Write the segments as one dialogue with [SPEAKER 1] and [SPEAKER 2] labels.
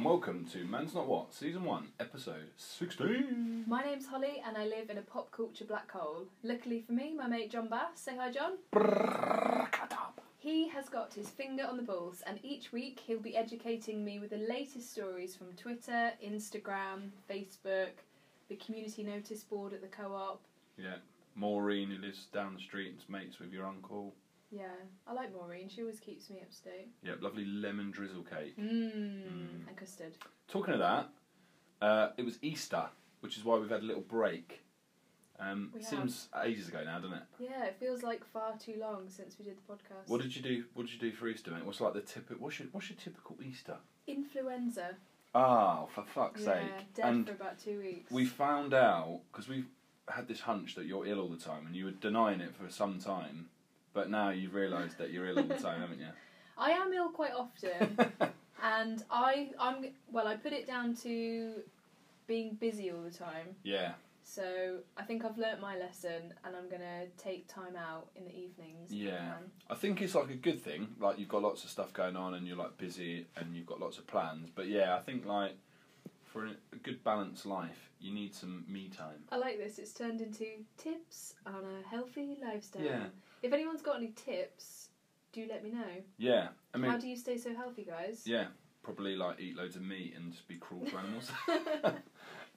[SPEAKER 1] welcome to Man's Not What, Season 1, Episode 16.
[SPEAKER 2] My name's Holly and I live in a pop culture black hole. Luckily for me, my mate John Bass, say hi John, he has got his finger on the pulse and each week he'll be educating me with the latest stories from Twitter, Instagram, Facebook, the community notice board at the co op.
[SPEAKER 1] Yeah, Maureen, who lives down the street and's mates with your uncle.
[SPEAKER 2] Yeah, I like Maureen, she always keeps me up to date.
[SPEAKER 1] Yeah, lovely lemon drizzle cake. Hmm.
[SPEAKER 2] Mmm, and custard.
[SPEAKER 1] Talking of that, uh, it was Easter, which is why we've had a little break. Um,
[SPEAKER 2] We have.
[SPEAKER 1] seems ages ago now, doesn't it?
[SPEAKER 2] Yeah, it feels like far too long since we did the podcast.
[SPEAKER 1] What did you do? What did you do for Easter, mate? What's like the tip? What's your What's your typical Easter?
[SPEAKER 2] Influenza.
[SPEAKER 1] Oh, for fuck's
[SPEAKER 2] Yeah,
[SPEAKER 1] sake!
[SPEAKER 2] dead
[SPEAKER 1] and
[SPEAKER 2] for about two weeks.
[SPEAKER 1] we found out because we've had this hunch that you're ill all the time, and you were denying it for some time, but now you've realised that you're ill all the time, haven't you?
[SPEAKER 2] I am ill quite often. and I I'm well I put it down to being busy all the time
[SPEAKER 1] yeah,
[SPEAKER 2] so I think I've learnt my lesson and I'm gonna take time out in the evenings Um, if I
[SPEAKER 1] Yeah.
[SPEAKER 2] can.
[SPEAKER 1] I think it's like a good thing. Like you've got lots of stuff going on, and you're like busy, and you've got lots of plans. But yeah, I think like for an- a good balanced life, you need some me time.
[SPEAKER 2] I like this it's turned into tips on a healthy lifestyle
[SPEAKER 1] Yeah.
[SPEAKER 2] if anyone's got any tips do let me know
[SPEAKER 1] Yeah, I
[SPEAKER 2] how
[SPEAKER 1] mean,
[SPEAKER 2] do you stay so healthy guys
[SPEAKER 1] yeah, probably like eat loads of meat and just be cruel to animals.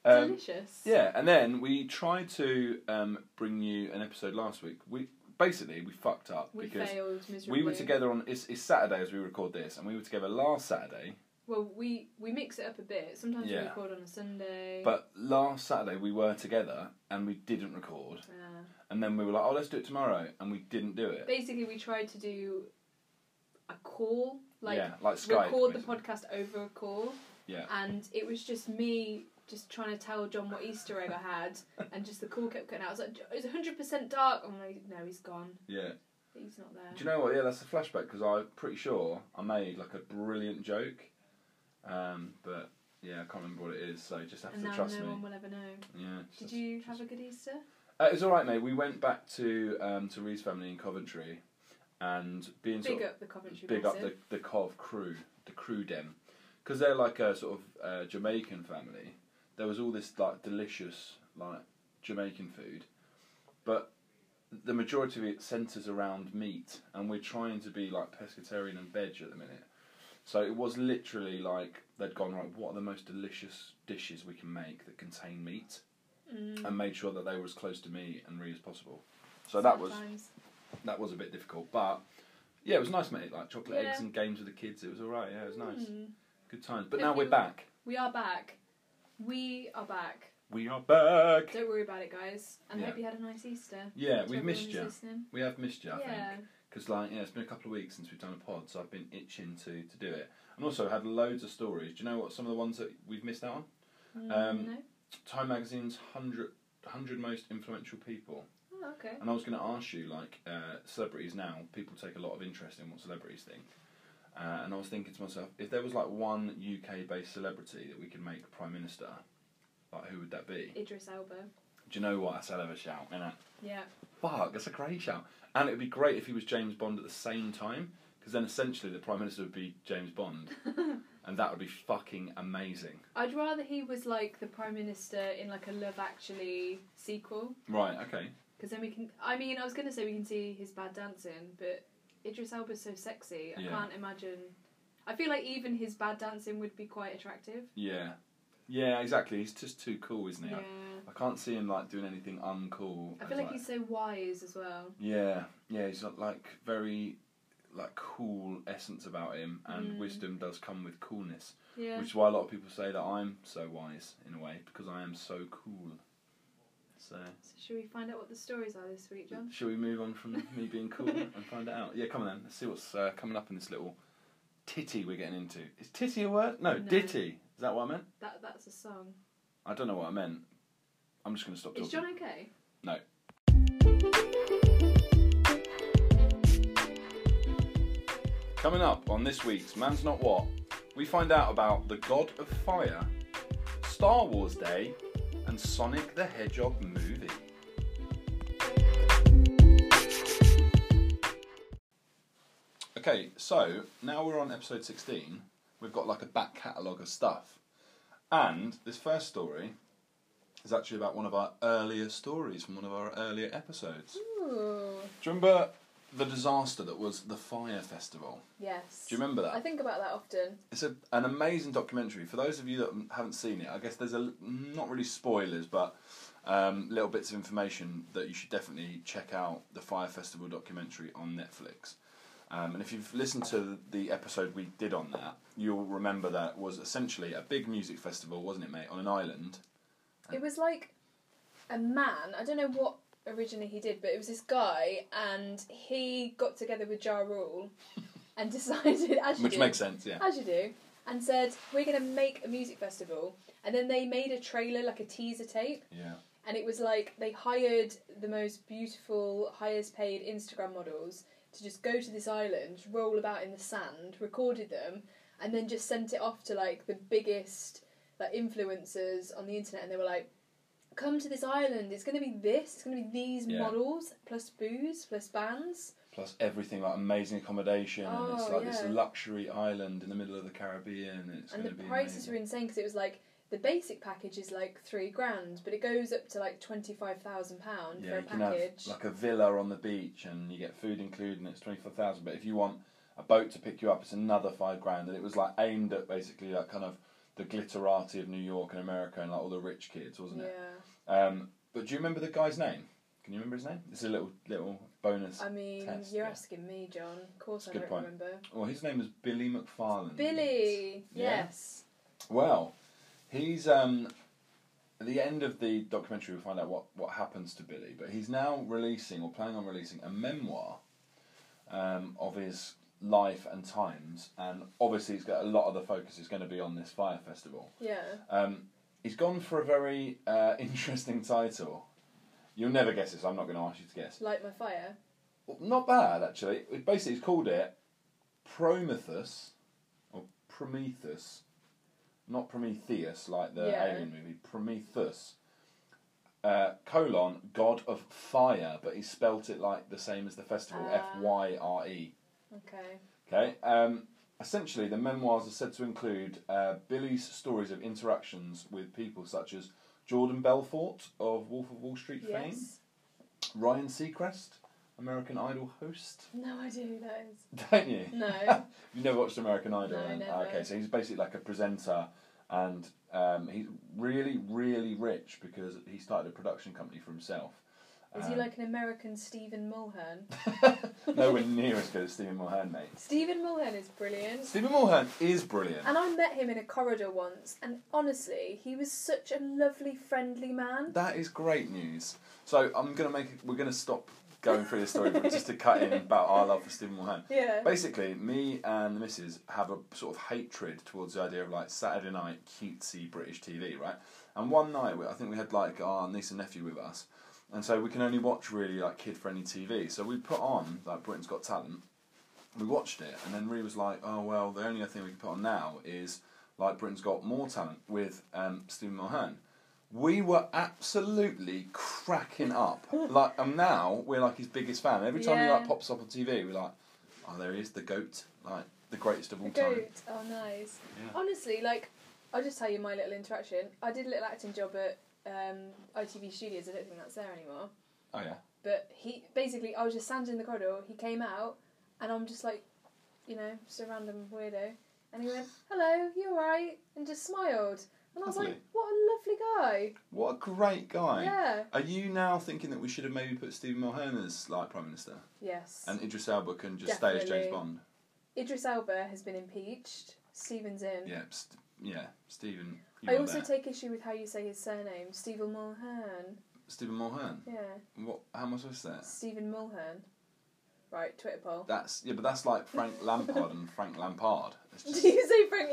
[SPEAKER 1] Um,
[SPEAKER 2] delicious
[SPEAKER 1] Yeah, and then we tried to um, bring you an episode last week. We basically we fucked up
[SPEAKER 2] we
[SPEAKER 1] because
[SPEAKER 2] failed miserably
[SPEAKER 1] we were together on it's, it's Saturday as we record this, and we were together last Saturday.
[SPEAKER 2] well we we mix it up a bit sometimes we
[SPEAKER 1] Yeah.
[SPEAKER 2] record on a Sunday
[SPEAKER 1] But last Saturday we were together and we didn't record,
[SPEAKER 2] Yeah.
[SPEAKER 1] and then we were like, oh, let's do it tomorrow, and we didn't do it.
[SPEAKER 2] basically we tried to do a call like
[SPEAKER 1] yeah, like Skype.
[SPEAKER 2] record the
[SPEAKER 1] basically.
[SPEAKER 2] podcast over a call
[SPEAKER 1] Yeah.
[SPEAKER 2] and it was just me just trying to tell john what easter egg i had and just the call kept cutting out i was like it's 100% dark oh my no he's gone
[SPEAKER 1] Yeah.
[SPEAKER 2] he's not there
[SPEAKER 1] Do you know what? Yeah, that's a flashback because I'm pretty sure I made like a brilliant joke, um, but yeah, I can't remember what it is. So you just have
[SPEAKER 2] and
[SPEAKER 1] to
[SPEAKER 2] now
[SPEAKER 1] trust
[SPEAKER 2] no
[SPEAKER 1] me.
[SPEAKER 2] one will ever know
[SPEAKER 1] Yeah.
[SPEAKER 2] did
[SPEAKER 1] just-
[SPEAKER 2] you
[SPEAKER 1] just-
[SPEAKER 2] have a good easter
[SPEAKER 1] Uh, it was all right, mate. We went back to um, to Ree's family in Coventry, and being
[SPEAKER 2] big
[SPEAKER 1] sort of
[SPEAKER 2] up the coventry eh?
[SPEAKER 1] big up
[SPEAKER 2] massive.
[SPEAKER 1] the the Cov crew, the crew dem, because they're like a sort of uh, Jamaican family. There was all this like delicious like Jamaican food, but the majority of it centres around meat, and we're trying to be like pescatarian and veg at the minute. So it was literally like they'd gone right. What are the most delicious dishes we can make that contain meat?
[SPEAKER 2] Mm,
[SPEAKER 1] and made sure that they were as close to me and Ree as possible. So that was
[SPEAKER 2] sometimes.
[SPEAKER 1] that was a bit difficult, but yeah, it was nice, mate. Like chocolate eggs
[SPEAKER 2] Yeah.
[SPEAKER 1] and games with the kids. It was all right. Yeah, it was nice.
[SPEAKER 2] Mm.
[SPEAKER 1] Good times. But
[SPEAKER 2] If
[SPEAKER 1] now
[SPEAKER 2] you-
[SPEAKER 1] we're back.
[SPEAKER 2] we are back we are back
[SPEAKER 1] We are back.
[SPEAKER 2] don't worry about it guys and
[SPEAKER 1] Yeah.
[SPEAKER 2] hope you had a nice easter
[SPEAKER 1] Yeah, we've
[SPEAKER 2] To everyone
[SPEAKER 1] missed
[SPEAKER 2] who's
[SPEAKER 1] you.
[SPEAKER 2] listening.
[SPEAKER 1] We have missed you, I think.
[SPEAKER 2] yeah
[SPEAKER 1] 'Cause think, because like yeah, it's been a couple of weeks since we've done a pod, so I've been itching to to do it. And also had loads of stories. Do you know what some of the ones that we've missed out on?
[SPEAKER 2] Mm,
[SPEAKER 1] Um,
[SPEAKER 2] no?
[SPEAKER 1] Time magazine's 100, 100 most influential people.
[SPEAKER 2] Oh, okay.
[SPEAKER 1] And I was going to ask you, like, uh, celebrities now, people take a lot of interest in what celebrities think. Uh, and I was thinking to myself, if there was like one UK based celebrity that we could make Prime Minister, like, who would that be?
[SPEAKER 2] Idris Elba.
[SPEAKER 1] Do you know what? That's a hell of a shout, innit?
[SPEAKER 2] Yeah.
[SPEAKER 1] Fuck, that's a great shout. And it would be great if he was James Bond at the same time, because then essentially the Prime Minister would be James Bond. and that would be fucking amazing.
[SPEAKER 2] I'd rather he was like the Prime Minister in like a Love Actually sequel.
[SPEAKER 1] Right, okay.
[SPEAKER 2] Because then we can. I mean, I was going to say we can see his bad dancing, but Idris Elba's so sexy. I
[SPEAKER 1] Yeah.
[SPEAKER 2] can't imagine. I feel like even his bad dancing would be quite attractive.
[SPEAKER 1] Yeah. Yeah, exactly. He's just too cool, isn't he?
[SPEAKER 2] Yeah.
[SPEAKER 1] I can't see him like doing anything uncool.
[SPEAKER 2] I
[SPEAKER 1] as,
[SPEAKER 2] feel like he's so wise as well.
[SPEAKER 1] Yeah, yeah, he's got like very like cool essence about him, and
[SPEAKER 2] Mm.
[SPEAKER 1] wisdom does come with coolness,
[SPEAKER 2] Yeah.
[SPEAKER 1] which is why a lot of people say that I'm so wise in a way because I am so cool. So,
[SPEAKER 2] So should we find out what the stories are this week, John?
[SPEAKER 1] shall we move on from me being cool and find it out? Yeah, come on then. Let's see what's uh, coming up in this little titty we're getting into. Is titty a word? No,
[SPEAKER 2] No.
[SPEAKER 1] ditty. Is that what I meant?
[SPEAKER 2] That that's a song.
[SPEAKER 1] I don't know what I meant. I'm just gonna stop
[SPEAKER 2] Is
[SPEAKER 1] talking.
[SPEAKER 2] John okay?
[SPEAKER 1] No. Coming up on this week's Man's Not What, we find out about the God of Fire, Star Wars Day, and Sonic the Hedgehog movie. Okay, so now we're on episode 16. We're we've got like a back catalogue of stuff. And this first story is actually about one of our earlier stories from one of our earlier episodes.
[SPEAKER 2] Ooh.
[SPEAKER 1] Do you remember the disaster that was the Fire Festival?
[SPEAKER 2] Yes.
[SPEAKER 1] Do you remember
[SPEAKER 2] I
[SPEAKER 1] that?
[SPEAKER 2] think about that often.
[SPEAKER 1] It's a, an amazing documentary. For those of you that m- haven't seen it, I guess there's a l- not really spoilers, but um, little bits of information that you should definitely check out the Fire Festival documentary on Netflix. Um, and if you've listened to the episode we did on that, you'll remember that was essentially a big music festival, wasn't it, mate, on an island?
[SPEAKER 2] It was like a man, I don't know what originally he did, but it was this guy and he got together with Ja Rule and decided, as you
[SPEAKER 1] Which
[SPEAKER 2] do,
[SPEAKER 1] makes sense, yeah.
[SPEAKER 2] as you do, and said, We're going to make a music festival. And then they made a trailer, like a teaser tape,
[SPEAKER 1] Yeah.
[SPEAKER 2] and it was like they hired the most beautiful, highest paid Instagram models to just go to this island, roll about in the sand, recorded them, and then just sent it off to like the biggest like influencers on the internet, and they were like, "Come to this island. It's going to be this. It's going to be these
[SPEAKER 1] Yeah.
[SPEAKER 2] models plus booze plus bands."
[SPEAKER 1] Plus everything like amazing accommodation, and it's
[SPEAKER 2] Oh,
[SPEAKER 1] like this
[SPEAKER 2] yeah.
[SPEAKER 1] luxury island in the middle of the Caribbean. And it's
[SPEAKER 2] and
[SPEAKER 1] going
[SPEAKER 2] the
[SPEAKER 1] to be
[SPEAKER 2] prices
[SPEAKER 1] amazing.
[SPEAKER 2] were insane because it was like the basic package is like three grand, but it goes up to like twenty five thousand pound for
[SPEAKER 1] Yeah,
[SPEAKER 2] a
[SPEAKER 1] you can have
[SPEAKER 2] package.
[SPEAKER 1] like a villa on the beach, and you get food included, and it's twenty four thousand. But if you want a boat to pick you up, it's another five grand. And it was like aimed at basically like kind of the glitterati of New York and America, and like all the rich kids, wasn't
[SPEAKER 2] yeah,
[SPEAKER 1] it? Um, but do you remember the guy's name? Can you remember his name? It's a little little bonus.
[SPEAKER 2] I mean,
[SPEAKER 1] Test,
[SPEAKER 2] you're
[SPEAKER 1] yeah.
[SPEAKER 2] asking me, John. Of course, I
[SPEAKER 1] Good
[SPEAKER 2] don't
[SPEAKER 1] point.
[SPEAKER 2] remember.
[SPEAKER 1] well, his name was Billy McFarland.
[SPEAKER 2] Billy,
[SPEAKER 1] Yeah.
[SPEAKER 2] yes.
[SPEAKER 1] Well, he's um, at the end of the documentary. We find out what what happens to Billy, but he's now releasing or planning on releasing a memoir um, of his life and times, and obviously, he's got a lot of the focus is going to be on this fire festival.
[SPEAKER 2] Yeah.
[SPEAKER 1] Um, he's gone for a very uh, interesting title. You'll never guess this. I'm not going to ask you to guess.
[SPEAKER 2] Light my fire.
[SPEAKER 1] Well, Not bad actually. It- Basically, he's called it Prometheus or Prometheus, not Prometheus like the
[SPEAKER 2] Yeah.
[SPEAKER 1] alien movie. Prometheus uh, colon God of Fire, but he spelt it like the same as the festival.
[SPEAKER 2] Ah.
[SPEAKER 1] F Y R E.
[SPEAKER 2] Okay.
[SPEAKER 1] Okay. Um, essentially, the memoirs are said to include uh, Billy's stories of interactions with people such as Jordan Belfort of Wolf of Wall Street fame,
[SPEAKER 2] Yes.
[SPEAKER 1] Ryan Seacrest, American Idol host.
[SPEAKER 2] No idea who that is.
[SPEAKER 1] Don't you?
[SPEAKER 2] No.
[SPEAKER 1] You've never watched American Idol?
[SPEAKER 2] No,
[SPEAKER 1] then?
[SPEAKER 2] never.
[SPEAKER 1] Ah, Okay, so he's basically like a presenter and um, he's really, really rich because he started a production company for himself.
[SPEAKER 2] Is he
[SPEAKER 1] Um,
[SPEAKER 2] like an American Stephen Mulhern?
[SPEAKER 1] Nowhere near as good as Stephen Mulhern, mate.
[SPEAKER 2] Stephen Mulhern is brilliant.
[SPEAKER 1] Stephen Mulhern is brilliant.
[SPEAKER 2] And I met him in a corridor once, and honestly, he was such a lovely, friendly man.
[SPEAKER 1] That is great news. So I'm gonna make. We're gonna stop going through this story but just to cut in about our love for Stephen Mulhern.
[SPEAKER 2] Yeah.
[SPEAKER 1] Basically, me and the missus have a sort of hatred towards the idea of like Saturday night cutesy British TV, right? And one night, we, I think we had like our niece and nephew with us, and so we can only watch really like kid friendly TV. So we put on like Britain's Got Talent. We watched it, and then Ree was like, "Oh well, the only other thing we can put on now is like Britain's Got More Talent with um, Stephen Mulhern." We were absolutely cracking up. like, and now we're like his biggest fan. Every time he like
[SPEAKER 2] Yeah.
[SPEAKER 1] pops up on TV, we're like. Oh, there he is, the goat, like the greatest of all
[SPEAKER 2] The
[SPEAKER 1] time.
[SPEAKER 2] goat. Oh, nice.
[SPEAKER 1] Yeah.
[SPEAKER 2] Honestly, like, I'll just tell you my little interaction. I did a little acting job at um, ITV Studios. I don't think that's there anymore.
[SPEAKER 1] Oh yeah,
[SPEAKER 2] But he basically, I was just standing in the corridor. He came out, and I'm just like, you know, just a random weirdo. And he went, "Hello, you alright?" and just smiled. And I was like,
[SPEAKER 1] Lovely.
[SPEAKER 2] "What a lovely
[SPEAKER 1] what a great
[SPEAKER 2] guy!"
[SPEAKER 1] guy.
[SPEAKER 2] Yeah.
[SPEAKER 1] Are you now thinking that we should have maybe put Stephen Mulhern as like prime minister
[SPEAKER 2] Yes.
[SPEAKER 1] and Idris Elba can just stay as
[SPEAKER 2] Definitely.
[SPEAKER 1] James Bond?
[SPEAKER 2] Idris Elba has been impeached. Stephen's in.
[SPEAKER 1] Yeah, st- yeah, Stephen. You
[SPEAKER 2] I
[SPEAKER 1] are
[SPEAKER 2] also
[SPEAKER 1] there.
[SPEAKER 2] take issue with how you say his surname, Stephen Mulhern.
[SPEAKER 1] Stephen Mulhern.
[SPEAKER 2] Yeah,
[SPEAKER 1] What? How am I supposed to say that?
[SPEAKER 2] Stephen Mulhern. Right, Twitter poll.
[SPEAKER 1] That's yeah, but that's like Frank Lampard and Frank Lampard. It's
[SPEAKER 2] Do
[SPEAKER 1] just,
[SPEAKER 2] you say Frank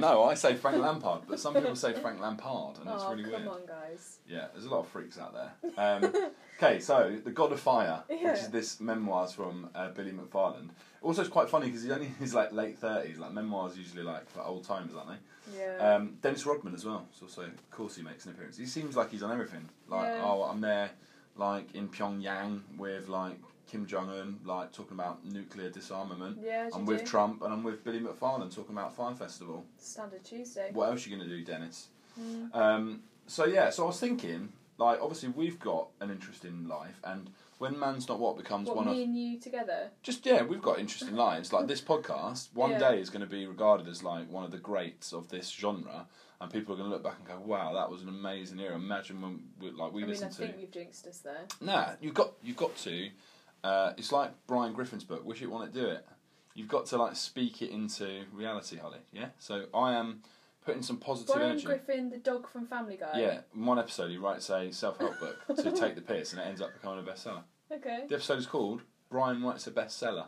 [SPEAKER 1] no, I say Frank Lampard, but some people say Frank Lampard, and it's
[SPEAKER 2] oh,
[SPEAKER 1] really
[SPEAKER 2] come
[SPEAKER 1] weird.
[SPEAKER 2] on, guys.
[SPEAKER 1] Yeah, there's a lot of freaks out there. Um, Okay, so The God of Fire,
[SPEAKER 2] Yeah.
[SPEAKER 1] which is this memoirs from uh, Billy McFarland. Also, it's quite funny because he's only in his like late thirties. Like memoirs usually like for old timers, aren't they?
[SPEAKER 2] Yeah.
[SPEAKER 1] Um, Dennis Rodman as well. So, also, of course, he makes an appearance. He seems like he's on everything. Like,
[SPEAKER 2] Yeah.
[SPEAKER 1] oh, I'm there. like in Pyongyang with like Kim Jong Un, like talking about nuclear disarmament.
[SPEAKER 2] Yeah, as
[SPEAKER 1] I'm
[SPEAKER 2] you
[SPEAKER 1] with
[SPEAKER 2] do.
[SPEAKER 1] Trump and I'm with Billy McFarlane talking about Fire Festival.
[SPEAKER 2] Standard Tuesday.
[SPEAKER 1] What else are you going to do, Dennis?
[SPEAKER 2] Mm.
[SPEAKER 1] Um, so, yeah, so I was thinking, like, obviously we've got an interesting life, and when Man's Not What becomes
[SPEAKER 2] What,
[SPEAKER 1] one
[SPEAKER 2] me
[SPEAKER 1] of.
[SPEAKER 2] and you together?
[SPEAKER 1] Just, yeah, we've got interesting lives. Like, this podcast, one
[SPEAKER 2] Yeah.
[SPEAKER 1] day is going to be regarded as, like, one of the greats of this genre, and people are going to look back and go, wow, that was an amazing era. Imagine when, we, like, we
[SPEAKER 2] I mean, I
[SPEAKER 1] listened to.
[SPEAKER 2] think you've jinxed us there.
[SPEAKER 1] Nah, you've got you've got to. Uh, it's like Brian Griffin's book, "Wish It, Want It, Do It." You've got to like speak it into reality, Holly. Yeah. So I am putting some positive
[SPEAKER 2] Brian
[SPEAKER 1] energy.
[SPEAKER 2] Griffin, the dog from Family Guy.
[SPEAKER 1] yeah, in one episode he writes a self-help book to take the piss, and it ends up becoming a bestseller.
[SPEAKER 2] Okay.
[SPEAKER 1] The episode is called "Brian Writes a Bestseller."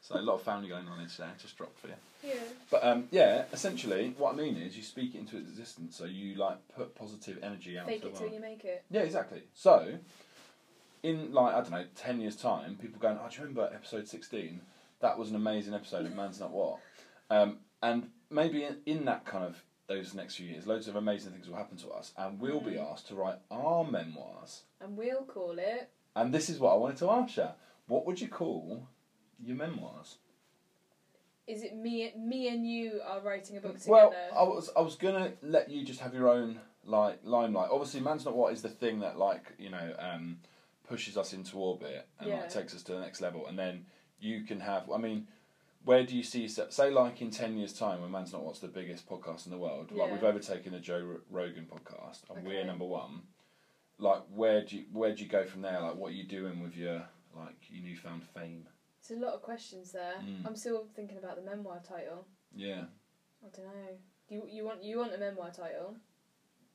[SPEAKER 1] So a lot of family going on there. Just dropped for you.
[SPEAKER 2] Yeah.
[SPEAKER 1] But um, yeah, essentially, what I mean is you speak it into existence. So you like put positive energy out.
[SPEAKER 2] Fake
[SPEAKER 1] to the
[SPEAKER 2] it till
[SPEAKER 1] world.
[SPEAKER 2] you make it.
[SPEAKER 1] Yeah, exactly. So, in like I don't know, ten years time, people going, "Oh, do you remember episode sixteen? That was an amazing episode of Man's Not What." Um, and maybe in, in that kind of those next few years, loads of amazing things will happen to us, and we'll be asked to write our memoirs.
[SPEAKER 2] And we'll call it.
[SPEAKER 1] And this is what I wanted to ask you: What would you call your memoirs?
[SPEAKER 2] Is it me? Me and you are writing a book together.
[SPEAKER 1] Well, I was I was gonna let you just have your own like limelight. Obviously, man's not what is the thing that like you know um, pushes us into orbit and
[SPEAKER 2] Yeah.
[SPEAKER 1] like takes us to the next level, and then you can have. I mean, where do you see yourself? Say like in ten years' time, when man's not what's the biggest podcast in the world, like
[SPEAKER 2] Yeah.
[SPEAKER 1] we've overtaken the Joe R- Rogan podcast, and we're
[SPEAKER 2] Okay.
[SPEAKER 1] number one. Like, where do you where do you go from there? Like, what are you doing with your like your newfound fame?
[SPEAKER 2] It's a lot of questions there.
[SPEAKER 1] Mm.
[SPEAKER 2] I'm still thinking about the memoir title.
[SPEAKER 1] Yeah.
[SPEAKER 2] I don't know. You you want you want a memoir title?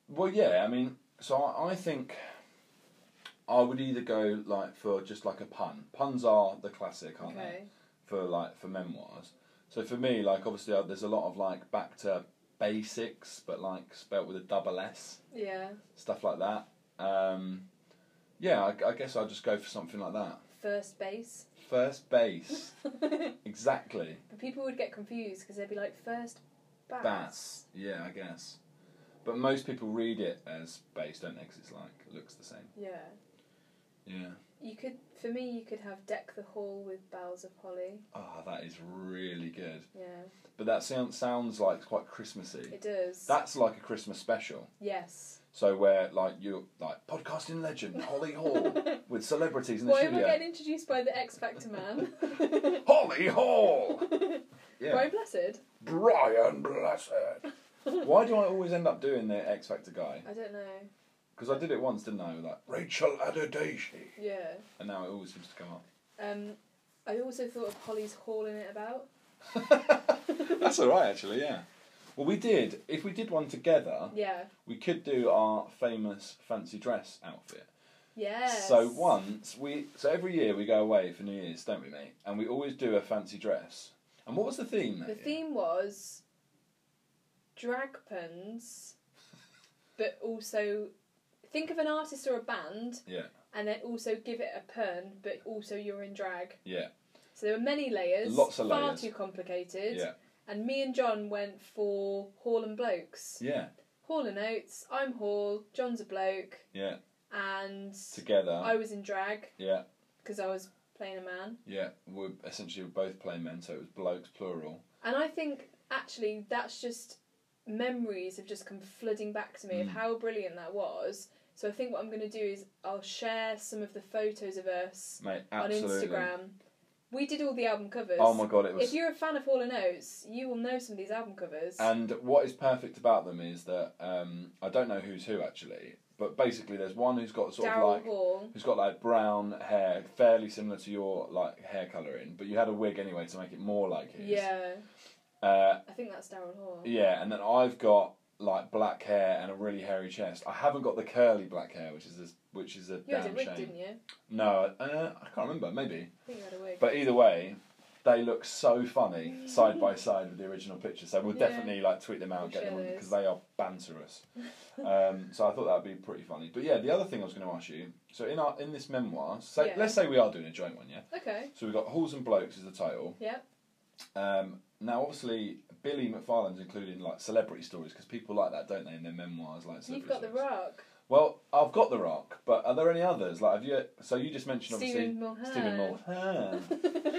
[SPEAKER 1] Well, yeah, I mean, so I, I think I would either go like for just like a pun. Puns are the classic, aren't they?
[SPEAKER 2] Okay.
[SPEAKER 1] For like for memoirs. So for me, like obviously, uh, there's a lot of like back to basics, but like spelt with a double S,
[SPEAKER 2] Yeah.
[SPEAKER 1] stuff like that. Um, yeah, I, I guess I'll just go for something like that.
[SPEAKER 2] First base.
[SPEAKER 1] First base,
[SPEAKER 2] but
[SPEAKER 1] exactly.
[SPEAKER 2] people would get confused because they'd be like first bats.
[SPEAKER 1] Bats. Yeah, I guess. But most people read it as base, don't they? 'Cause it's like looks the same.
[SPEAKER 2] Yeah.
[SPEAKER 1] Yeah.
[SPEAKER 2] You could for me you could have deck the hall with boughs of holly.
[SPEAKER 1] Ah, that is really good.
[SPEAKER 2] Yeah.
[SPEAKER 1] But that sound, sounds like quite Christmassy.
[SPEAKER 2] It does.
[SPEAKER 1] That's like a Christmas special.
[SPEAKER 2] yes.
[SPEAKER 1] So where like you're like podcasting legend Holly Hall with celebrities in the
[SPEAKER 2] Why am I
[SPEAKER 1] studio.
[SPEAKER 2] getting introduced by the X Factor man?
[SPEAKER 1] Holly Hall. Yeah.
[SPEAKER 2] Brian Blessed?
[SPEAKER 1] Brian Blessed. Why do I always end up doing the X Factor guy?
[SPEAKER 2] I don't know.
[SPEAKER 1] Because I did it once, didn't I? with, Like Rachel Adedashi,
[SPEAKER 2] Yeah.
[SPEAKER 1] and now it always seems to come up.
[SPEAKER 2] Um, I also thought of Holly's hauling it about.
[SPEAKER 1] That's all right, actually. Yeah. Well, we did. If we did one together,
[SPEAKER 2] Yeah.
[SPEAKER 1] we could do our famous fancy dress outfit.
[SPEAKER 2] Yes.
[SPEAKER 1] So once we, so every year we go away for New Year's, don't we, mate? And we always do a fancy dress. And what was the theme? that
[SPEAKER 2] The
[SPEAKER 1] year?
[SPEAKER 2] theme was drag puns, but also think of an artist or a band,
[SPEAKER 1] Yeah.
[SPEAKER 2] and then also give it a pun, but also you're in drag.
[SPEAKER 1] Yeah.
[SPEAKER 2] So there were many layers.
[SPEAKER 1] Lots of
[SPEAKER 2] far
[SPEAKER 1] layers.
[SPEAKER 2] too complicated.
[SPEAKER 1] Yeah.
[SPEAKER 2] And me and John went for Hall and Blokes.
[SPEAKER 1] Yeah,
[SPEAKER 2] Hall and Oates. I'm Hall. John's a bloke,
[SPEAKER 1] yeah.
[SPEAKER 2] and
[SPEAKER 1] Together.
[SPEAKER 2] I was in drag
[SPEAKER 1] yeah,
[SPEAKER 2] because I was playing a man.
[SPEAKER 1] yeah. We're essentially we're both playing men, so it was blokes plural.
[SPEAKER 2] And I think actually that's just memories have just come flooding back to me of
[SPEAKER 1] Mm.
[SPEAKER 2] how brilliant that was. So I think what I'm going to do is I'll share some of the photos of us
[SPEAKER 1] Mate, absolutely.
[SPEAKER 2] on Instagram. We did all the album covers.
[SPEAKER 1] Oh my god, it
[SPEAKER 2] if
[SPEAKER 1] was.
[SPEAKER 2] you're a fan of Hall and Oates, you will know some of these album covers.
[SPEAKER 1] And what is perfect about them is that um, I don't know who's who actually, but basically there's one who's got sort of
[SPEAKER 2] Daryl
[SPEAKER 1] like
[SPEAKER 2] Hall.
[SPEAKER 1] who's got like brown hair, fairly similar to your like hair colouring, but you had a wig anyway to make it more like his.
[SPEAKER 2] Yeah,
[SPEAKER 1] Uh,
[SPEAKER 2] I think that's Daryl Hall.
[SPEAKER 1] Yeah, and then I've got like black hair and a really hairy chest. I haven't got the curly black hair, which is a, which is a
[SPEAKER 2] You had a
[SPEAKER 1] damn
[SPEAKER 2] wig,
[SPEAKER 1] shame.
[SPEAKER 2] didn't you?
[SPEAKER 1] No, uh, I can't remember. Maybe,
[SPEAKER 2] I think you had a wig.
[SPEAKER 1] but either way, they look so funny side by side with the original picture. So we'll
[SPEAKER 2] Yeah.
[SPEAKER 1] definitely like tweet them out,
[SPEAKER 2] We'll
[SPEAKER 1] get them
[SPEAKER 2] share
[SPEAKER 1] because they are banterous. um, so I thought that'd be pretty funny. But yeah, the other thing I was going to ask you. So in our in this memoir, so
[SPEAKER 2] Yeah.
[SPEAKER 1] let's say we are doing a joint one, yeah.
[SPEAKER 2] okay.
[SPEAKER 1] So we've got Halls and Blokes is the title.
[SPEAKER 2] Yeah.
[SPEAKER 1] Um, now, obviously, Billy McFarlane's included in like celebrity stories because people like that, don't they, in their memoirs, like
[SPEAKER 2] You've
[SPEAKER 1] celebrity
[SPEAKER 2] got The
[SPEAKER 1] stories.
[SPEAKER 2] Rock.
[SPEAKER 1] Well, I've got The Rock, but are there any others? Like, have you? So you just mentioned obviously
[SPEAKER 2] Stephen Mulhern.
[SPEAKER 1] Stephen Mulhern.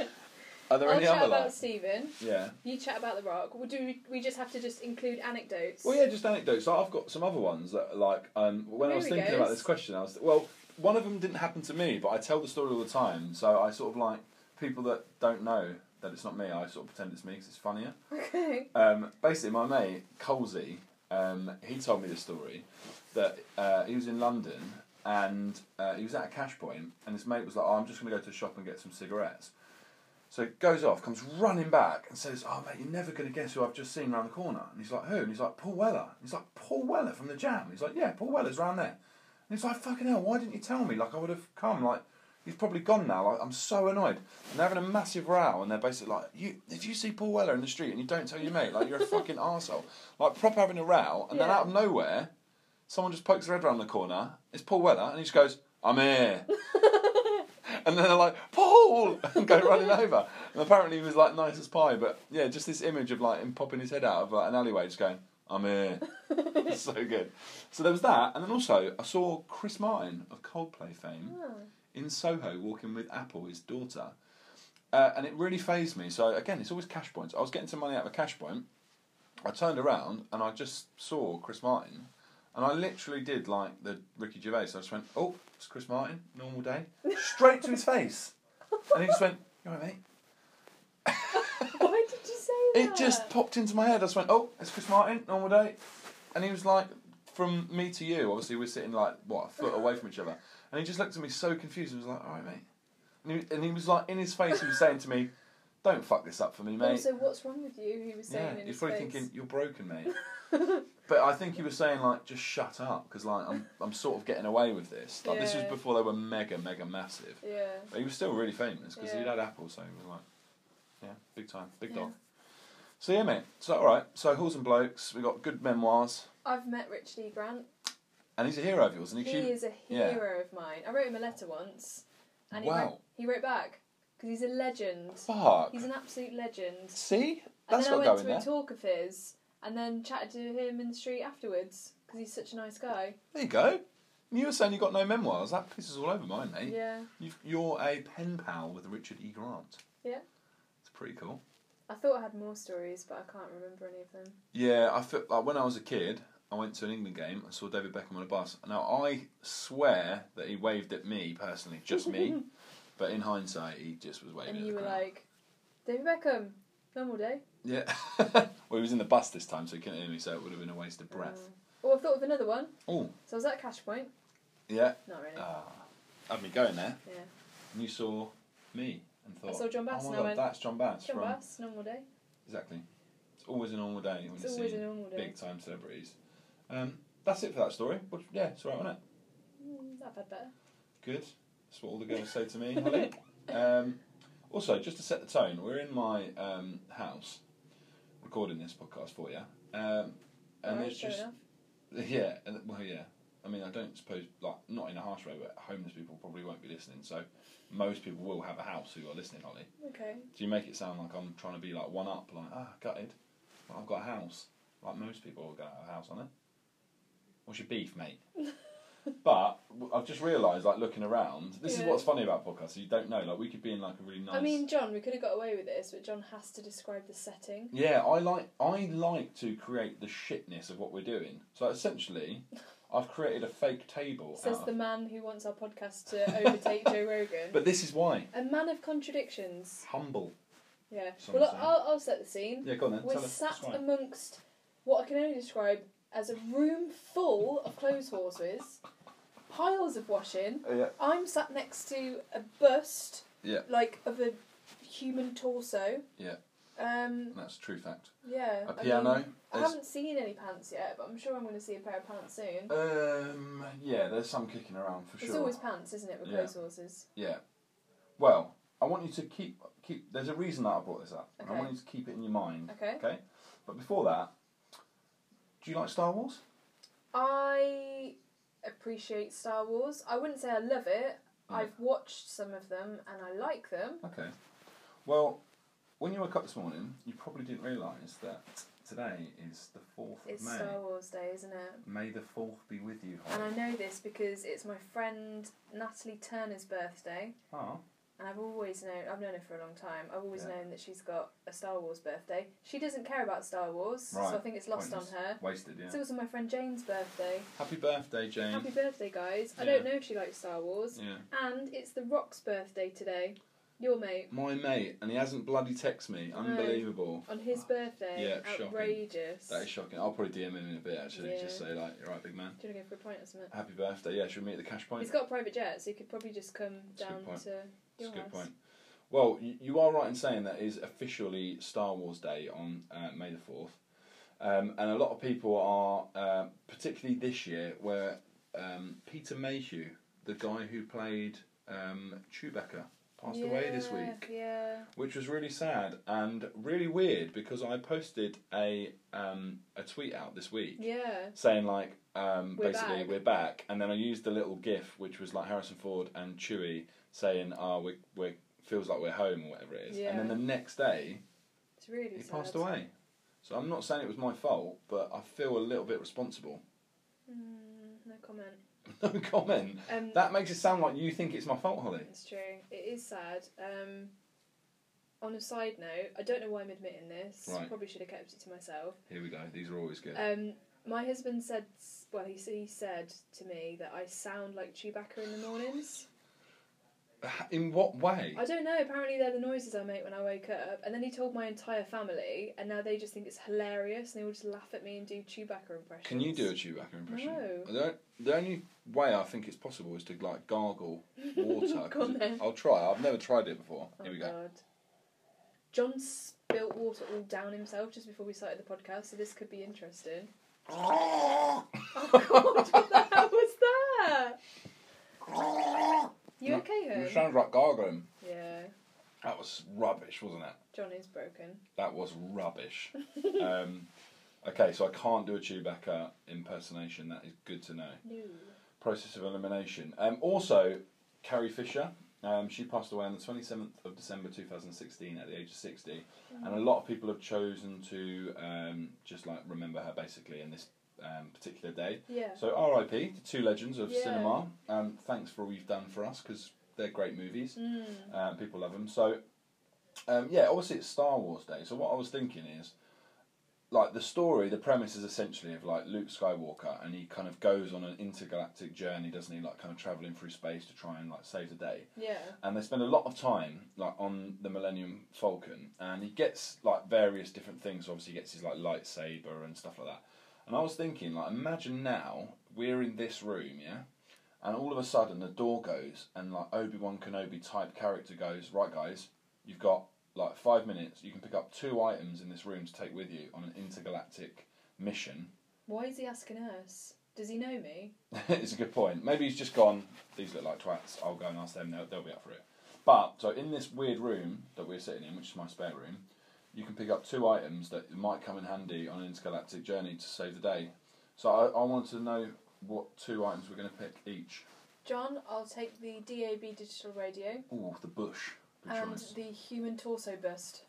[SPEAKER 1] Are there
[SPEAKER 2] I'll
[SPEAKER 1] any
[SPEAKER 2] chat
[SPEAKER 1] other?
[SPEAKER 2] about
[SPEAKER 1] Like,
[SPEAKER 2] Stephen.
[SPEAKER 1] yeah.
[SPEAKER 2] You chat about The Rock. Well, do we, we just have to just include anecdotes?
[SPEAKER 1] Well, yeah, just anecdotes. So I've got some other ones that, like, um, when I
[SPEAKER 2] Here
[SPEAKER 1] was
[SPEAKER 2] we
[SPEAKER 1] thinking
[SPEAKER 2] goes.
[SPEAKER 1] about this question, I was well, one of them didn't happen to me, but I tell the story all the time. So I sort of like people that don't know that it's not me. I sort of pretend it's me because it's funnier.
[SPEAKER 2] Okay.
[SPEAKER 1] Um, basically, my mate Colsey, um, he told me the story that uh, he was in London and uh, he was at a cash point, and his mate was like, "Oh, I'm just going to go to the shop and get some cigarettes." So he goes off, comes running back, and says, "Oh mate, you're never going to guess who I've just seen round the corner." And he's like, "Who?" And he's like, "Paul Weller." And he's like, "Paul Weller from the Jam." And he's like, "Yeah, Paul Weller's round there." And he's like, "Fucking hell, why didn't you tell me? Like I would have come. Like he's probably gone now. Like I'm so annoyed." And they're having a massive row, and they're basically like, "You did you see Paul Weller in the street and you don't tell your mate? Like you're a fucking arsehole. Like proper having a row, and then
[SPEAKER 2] Yeah.
[SPEAKER 1] out of nowhere, someone just pokes their head round the corner. It's Paul Weller, and he just goes, "I'm here." And then they're like, Paul! And go running over. And apparently he was like nice as pie, but yeah, just this image of like him popping his head out of like, an alleyway, just going, I'm here. It's so good. So there was that, and then also I saw Chris Martin of Coldplay fame
[SPEAKER 2] Oh.
[SPEAKER 1] in Soho walking with Apple, his daughter. Uh, and it really phased me. So again, it's always cash points. I was getting some money out of a cash point. I turned around and I just saw Chris Martin. And I literally did like the Ricky Gervais. I just went, oh, it's Chris Martin, normal day. Straight to his face. And he just went, you alright, mate?
[SPEAKER 2] Why did you say that?
[SPEAKER 1] It just popped into my head. I just went, oh, it's Chris Martin, normal day. And he was like, from me to you, obviously we're sitting like, what, a foot away from each other. And he just looked at me so confused and was like, all right, mate. And he, and he was like, in his face, he was saying to me, don't fuck this up for me, mate.
[SPEAKER 2] Also, what's wrong with you? He was saying in
[SPEAKER 1] he's
[SPEAKER 2] his
[SPEAKER 1] probably
[SPEAKER 2] face.
[SPEAKER 1] thinking, you're broken, mate. but I think he was saying, like, just shut up, because, like, I'm, I'm sort of getting away with this. Like, this was
[SPEAKER 2] Yeah.
[SPEAKER 1] before they were mega, mega massive.
[SPEAKER 2] Yeah.
[SPEAKER 1] But he was still really famous because
[SPEAKER 2] Yeah.
[SPEAKER 1] he'd had Apple, so he was like, yeah, big time, big
[SPEAKER 2] Yeah.
[SPEAKER 1] dog. So yeah, mate. So all right. So Halls and Blokes, we got good memoirs,
[SPEAKER 2] I've met Richard E. Grant.
[SPEAKER 1] and he's a hero of yours, and
[SPEAKER 2] He
[SPEAKER 1] he, he
[SPEAKER 2] is a
[SPEAKER 1] yeah.
[SPEAKER 2] hero of mine. I wrote him a letter once, and he wrote,
[SPEAKER 1] wow,
[SPEAKER 2] he wrote back because he's a legend.
[SPEAKER 1] fuck.
[SPEAKER 2] He's an absolute legend.
[SPEAKER 1] See,
[SPEAKER 2] And
[SPEAKER 1] that's
[SPEAKER 2] then
[SPEAKER 1] got
[SPEAKER 2] I went
[SPEAKER 1] going
[SPEAKER 2] to a
[SPEAKER 1] there.
[SPEAKER 2] talk of his, and then chatted to him in the street afterwards because he's such a nice guy.
[SPEAKER 1] there you go. You were saying you got no memoirs. That pisses all over mine, mate.
[SPEAKER 2] Yeah,
[SPEAKER 1] You've, you're a pen pal with Richard E. Grant.
[SPEAKER 2] Yeah.
[SPEAKER 1] It's pretty cool.
[SPEAKER 2] I thought I had more stories, but I can't remember any of them.
[SPEAKER 1] Yeah, I feel like when I was a kid, I went to an England game and saw David Beckham on a bus. Now I swear that he waved at me personally, just me. but in hindsight, he just was waving.
[SPEAKER 2] and
[SPEAKER 1] at
[SPEAKER 2] you
[SPEAKER 1] the
[SPEAKER 2] were
[SPEAKER 1] crowd.
[SPEAKER 2] like, David Beckham, normal day.
[SPEAKER 1] yeah. well, he was in the bus this time, so he couldn't hear me, so it would have been a waste of breath.
[SPEAKER 2] Oh, I've thought of another one.
[SPEAKER 1] Oh,
[SPEAKER 2] So I was at Cash Point.
[SPEAKER 1] yeah.
[SPEAKER 2] Not really.
[SPEAKER 1] Ah, had me going there,
[SPEAKER 2] yeah.
[SPEAKER 1] and you saw me and thought.
[SPEAKER 2] I saw John Bass
[SPEAKER 1] Oh my
[SPEAKER 2] and I
[SPEAKER 1] god,
[SPEAKER 2] went,
[SPEAKER 1] that's John Bass.
[SPEAKER 2] John
[SPEAKER 1] from...
[SPEAKER 2] Bass, normal day.
[SPEAKER 1] Exactly. It's always a normal day when
[SPEAKER 2] It's
[SPEAKER 1] you
[SPEAKER 2] always
[SPEAKER 1] see
[SPEAKER 2] a normal day.
[SPEAKER 1] big time celebrities. Um, that's it for that story. Which, yeah, it's alright, wasn't it?
[SPEAKER 2] Mm, I've had better.
[SPEAKER 1] Good. That's what all the girls say to me, Holly. Um, also, just to set the tone, we're in my um, house recording this podcast for you. Um, and
[SPEAKER 2] Alright,
[SPEAKER 1] there's
[SPEAKER 2] fair
[SPEAKER 1] just,
[SPEAKER 2] enough.
[SPEAKER 1] yeah, and, well, yeah. I mean, I don't suppose, like, not in a harsh way, but homeless people probably won't be listening, so most people will have a house who are listening, Holly.
[SPEAKER 2] Okay.
[SPEAKER 1] So you make it sound like I'm trying to be, like, one up, like, ah, gutted. Well, I've got a house. Like, most people are going to have a house on it. What's your beef, mate? But w- I've just realised, like looking around, this is
[SPEAKER 2] Yeah.
[SPEAKER 1] what's funny about podcasts. You don't know, like we could be in like a really nice.
[SPEAKER 2] I mean, John, we could have got away with this, but John has to describe the setting.
[SPEAKER 1] yeah, I like I like to create the shitness of what we're doing. So essentially, I've created a fake table.
[SPEAKER 2] Says
[SPEAKER 1] out of-
[SPEAKER 2] the man who wants our podcast to overtake Joe Rogan.
[SPEAKER 1] But this is why
[SPEAKER 2] a man of contradictions.
[SPEAKER 1] humble.
[SPEAKER 2] Yeah.
[SPEAKER 1] Some
[SPEAKER 2] Well,
[SPEAKER 1] say.
[SPEAKER 2] I'll, I'll set the scene.
[SPEAKER 1] Yeah, go on then.
[SPEAKER 2] We're
[SPEAKER 1] tell us.
[SPEAKER 2] sat
[SPEAKER 1] It's fine.
[SPEAKER 2] amongst what I can only describe as a room full of clothes horses, piles of washing.
[SPEAKER 1] yeah.
[SPEAKER 2] I'm sat next to a bust,
[SPEAKER 1] Yeah.
[SPEAKER 2] like of a human torso.
[SPEAKER 1] Yeah.
[SPEAKER 2] Um.
[SPEAKER 1] That's a true fact.
[SPEAKER 2] Yeah.
[SPEAKER 1] A
[SPEAKER 2] I
[SPEAKER 1] piano.
[SPEAKER 2] mean, I
[SPEAKER 1] there's-
[SPEAKER 2] haven't seen any pants yet, but I'm sure I'm going to see a pair of pants soon.
[SPEAKER 1] um. Yeah, there's some kicking around for
[SPEAKER 2] It's
[SPEAKER 1] sure.
[SPEAKER 2] always pants, isn't it, with
[SPEAKER 1] Yeah.
[SPEAKER 2] clothes horses?
[SPEAKER 1] Yeah. Well, I want you to keep keep. There's a reason that I brought this up. and I
[SPEAKER 2] Okay.
[SPEAKER 1] want you to keep it in your mind.
[SPEAKER 2] Okay.
[SPEAKER 1] Okay. But before that, do you like Star Wars?
[SPEAKER 2] I appreciate Star Wars. I wouldn't say I love it.
[SPEAKER 1] Yeah.
[SPEAKER 2] I've watched some of them and I like them.
[SPEAKER 1] Okay. Well, when you woke up this morning, you probably didn't realise that Today is the 4th of
[SPEAKER 2] It's
[SPEAKER 1] May.
[SPEAKER 2] Star Wars Day, isn't it?
[SPEAKER 1] May the 4th be with you,
[SPEAKER 2] And I
[SPEAKER 1] Holly.
[SPEAKER 2] know this because it's my friend Natalie Turner's birthday,
[SPEAKER 1] Ah,
[SPEAKER 2] and I've always known, I've known her for a long time, I've always
[SPEAKER 1] Yeah.
[SPEAKER 2] known that she's got a Star Wars birthday. She doesn't care about Star Wars,
[SPEAKER 1] Right,
[SPEAKER 2] so I think it's lost
[SPEAKER 1] pointless.
[SPEAKER 2] on her.
[SPEAKER 1] wasted, yeah.
[SPEAKER 2] It's also my friend Jane's birthday.
[SPEAKER 1] Happy birthday, Jane.
[SPEAKER 2] Happy birthday, guys. I don't
[SPEAKER 1] Yeah.
[SPEAKER 2] know if she likes Star Wars.
[SPEAKER 1] yeah.
[SPEAKER 2] And it's The Rock's birthday today. Your mate.
[SPEAKER 1] My mate, and he hasn't bloody texted me. Unbelievable.
[SPEAKER 2] On his birthday.
[SPEAKER 1] Yeah, shocking.
[SPEAKER 2] Outrageous.
[SPEAKER 1] That is shocking. I'll probably DM him in a bit, actually.
[SPEAKER 2] Yeah.
[SPEAKER 1] Just say, like, you're right, big man.
[SPEAKER 2] Do you want to go for a pint or something?
[SPEAKER 1] Happy birthday. Yeah, should we meet at the cash point?
[SPEAKER 2] He's got a private jet, so he could probably just come
[SPEAKER 1] That's a good
[SPEAKER 2] down
[SPEAKER 1] point.
[SPEAKER 2] to your
[SPEAKER 1] That's a good
[SPEAKER 2] house.
[SPEAKER 1] point. Well, you, you are right in saying that is officially Star Wars Day on uh, May the 4th. Um, and a lot of people are, uh, particularly this year, where um, Peter Mayhew, the guy who played um, Chewbacca, passed away this
[SPEAKER 2] Yeah,
[SPEAKER 1] week,
[SPEAKER 2] Yeah.
[SPEAKER 1] which was really sad and really weird because I posted a, um, a tweet out this week
[SPEAKER 2] Yeah.
[SPEAKER 1] saying like um,
[SPEAKER 2] We're
[SPEAKER 1] basically
[SPEAKER 2] back.
[SPEAKER 1] we're back and then i used the little gif which was like harrison ford and chewie saying oh we we feels like we're home or whatever it is and then
[SPEAKER 2] Yeah.
[SPEAKER 1] the next day
[SPEAKER 2] It's really
[SPEAKER 1] he
[SPEAKER 2] sad.
[SPEAKER 1] passed away so i'm not saying it was my fault but i feel a little bit responsible
[SPEAKER 2] Mm, no comment.
[SPEAKER 1] no comment
[SPEAKER 2] Um,
[SPEAKER 1] that makes it sound like you think it's my fault holly
[SPEAKER 2] It's true. It is sad. Um, on a side note, I don't know why I'm admitting this.
[SPEAKER 1] Right.
[SPEAKER 2] Probably should have kept it to myself.
[SPEAKER 1] here we go these are always good
[SPEAKER 2] Um, my husband said, well, he, he said to me that I sound like Chewbacca in the mornings.
[SPEAKER 1] in what way
[SPEAKER 2] I don't know. Apparently, they're the noises I make when I wake up. And then he told my entire family, and now they just think it's hilarious, and they all just laugh at me and do Chewbacca impressions.
[SPEAKER 1] can you do a chewbacca impression
[SPEAKER 2] No.
[SPEAKER 1] the, o- the only way i think it's possible is to like gargle water 'cause
[SPEAKER 2] Go on then.
[SPEAKER 1] i'll try i've never tried it before
[SPEAKER 2] Oh,
[SPEAKER 1] here we go
[SPEAKER 2] God. John spilt water all down himself just before we started the podcast, so this could be interesting. Oh, God, what the hell was that? You
[SPEAKER 1] No,
[SPEAKER 2] okay,
[SPEAKER 1] It
[SPEAKER 2] home?
[SPEAKER 1] sounds like gargling.
[SPEAKER 2] Yeah,
[SPEAKER 1] That was rubbish, wasn't it?
[SPEAKER 2] John is broken.
[SPEAKER 1] That was rubbish. um, okay, so I can't do a Chewbacca impersonation. That is good to know.
[SPEAKER 2] No.
[SPEAKER 1] Process of elimination. Um, also, Carrie Fisher. Um, she passed away on the 27th of December 2016 at the age of 60. And a lot of people have chosen to um, just like remember her basically in this um, particular day.
[SPEAKER 2] Yeah.
[SPEAKER 1] So RIP, the two legends of
[SPEAKER 2] Yeah.
[SPEAKER 1] cinema. Um, thanks for all you've done for us because they're great movies.
[SPEAKER 2] Mm.
[SPEAKER 1] Um, people love them. So, um, yeah, obviously it's Star Wars Day. So what I was thinking is, like the story, the premise is essentially of like Luke Skywalker, and he kind of goes on an intergalactic journey, doesn't he? Like kind of traveling through space to try and like save the day.
[SPEAKER 2] Yeah.
[SPEAKER 1] And they spend a lot of time like on the Millennium Falcon, and he gets like various different things. Obviously, he gets his like lightsaber and stuff like that. And I was thinking, like, imagine now we're in this room, yeah, and all of a sudden the door goes, and like Obi Wan Kenobi type character goes, right, guys, you've got like five minutes. You can pick up two items in this room to take with you on an intergalactic mission.
[SPEAKER 2] Why is he asking us? Does he know me?
[SPEAKER 1] it's a good point. Maybe he's just gone. These look like twats. I'll go and ask them. They'll, they'll be up for it. But so in this weird room that we're sitting in, which is my spare room, you can pick up two items that might come in handy on an intergalactic journey to save the day. So I, I wanted to know what two items we're going to pick each.
[SPEAKER 2] John, I'll take the DAB digital radio
[SPEAKER 1] Ooh, the bush. Good
[SPEAKER 2] and
[SPEAKER 1] choice.
[SPEAKER 2] the human torso bust.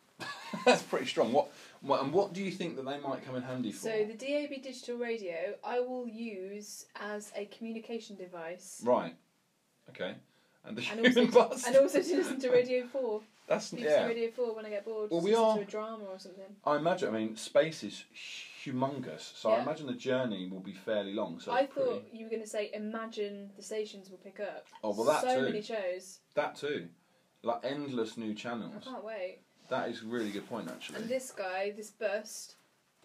[SPEAKER 1] That's pretty strong. What, what and what do you think that they might come in handy for?
[SPEAKER 2] So the DAB digital radio, I will use as a communication device,
[SPEAKER 1] right. Okay. And the
[SPEAKER 2] And
[SPEAKER 1] human
[SPEAKER 2] also-
[SPEAKER 1] bus.
[SPEAKER 2] and also to listen to Radio Four,
[SPEAKER 1] That's
[SPEAKER 2] BBC
[SPEAKER 1] yeah.
[SPEAKER 2] Radio Four when I get bored.
[SPEAKER 1] Well,
[SPEAKER 2] just
[SPEAKER 1] we
[SPEAKER 2] listen
[SPEAKER 1] are-
[SPEAKER 2] to a drama or something.
[SPEAKER 1] I imagine. I mean, space is humongous, so I
[SPEAKER 2] Yeah.
[SPEAKER 1] imagine the journey will be fairly long. So
[SPEAKER 2] I
[SPEAKER 1] it's pretty-
[SPEAKER 2] thought you were going to say, imagine the stations will pick up.
[SPEAKER 1] Oh, well, that
[SPEAKER 2] so
[SPEAKER 1] too.
[SPEAKER 2] many shows.
[SPEAKER 1] that too, like endless new
[SPEAKER 2] I
[SPEAKER 1] channels.
[SPEAKER 2] can't wait.
[SPEAKER 1] That is a really good point, actually.
[SPEAKER 2] And this guy, this bust,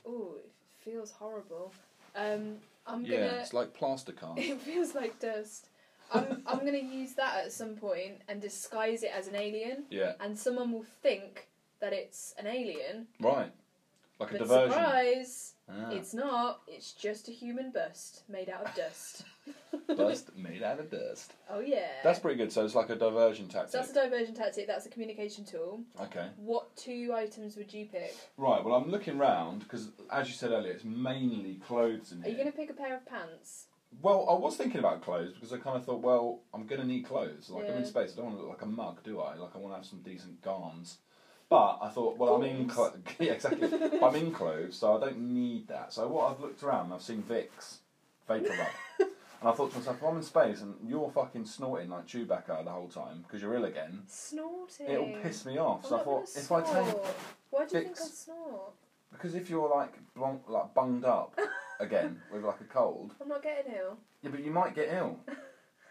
[SPEAKER 2] oh, it feels horrible. Um, I'm
[SPEAKER 1] yeah,
[SPEAKER 2] gonna.
[SPEAKER 1] it's like plaster cast.
[SPEAKER 2] It feels like dust. I'm, I'm gonna use that at some point and disguise it as an alien,
[SPEAKER 1] yeah,
[SPEAKER 2] and someone will think that it's an alien.
[SPEAKER 1] right. Like a
[SPEAKER 2] But
[SPEAKER 1] diversion.
[SPEAKER 2] surprise,
[SPEAKER 1] Ah,
[SPEAKER 2] it's not. It's just a human bust made out of dust.
[SPEAKER 1] dust made out of dust.
[SPEAKER 2] oh yeah.
[SPEAKER 1] That's pretty good. So it's like a diversion tactic.
[SPEAKER 2] so that's a diversion tactic. That's a communication tool.
[SPEAKER 1] okay.
[SPEAKER 2] What two items would you pick?
[SPEAKER 1] Right. Well, I'm looking round because, as you said earlier, it's mainly clothes in
[SPEAKER 2] Are
[SPEAKER 1] here.
[SPEAKER 2] you gonna pick a pair of pants?
[SPEAKER 1] Well, I was thinking about clothes because I kind of thought, well, I'm going to need clothes. Like, I'm
[SPEAKER 2] Yeah.
[SPEAKER 1] in space, I don't want to look like a mug, do I? Like, I want to have some decent garments. But I thought, well, I'm in clo-
[SPEAKER 2] Clothes.
[SPEAKER 1] yeah, exactly. I'm in clothes, so I don't need that. So what I've looked around, I've seen Vicks vapor rub, and I thought to myself, if I'm in space and you're fucking snorting like Chewbacca the whole time because you're ill again,
[SPEAKER 2] Snorting.
[SPEAKER 1] it'll piss me off.
[SPEAKER 2] I'm
[SPEAKER 1] So I
[SPEAKER 2] not
[SPEAKER 1] thought,
[SPEAKER 2] gonna
[SPEAKER 1] if I take
[SPEAKER 2] snort. Why do you think I
[SPEAKER 1] Vicks-
[SPEAKER 2] snort?
[SPEAKER 1] because if you're like blon- like bunged up again with like a cold,
[SPEAKER 2] I'm not getting ill.
[SPEAKER 1] yeah, but you might get ill.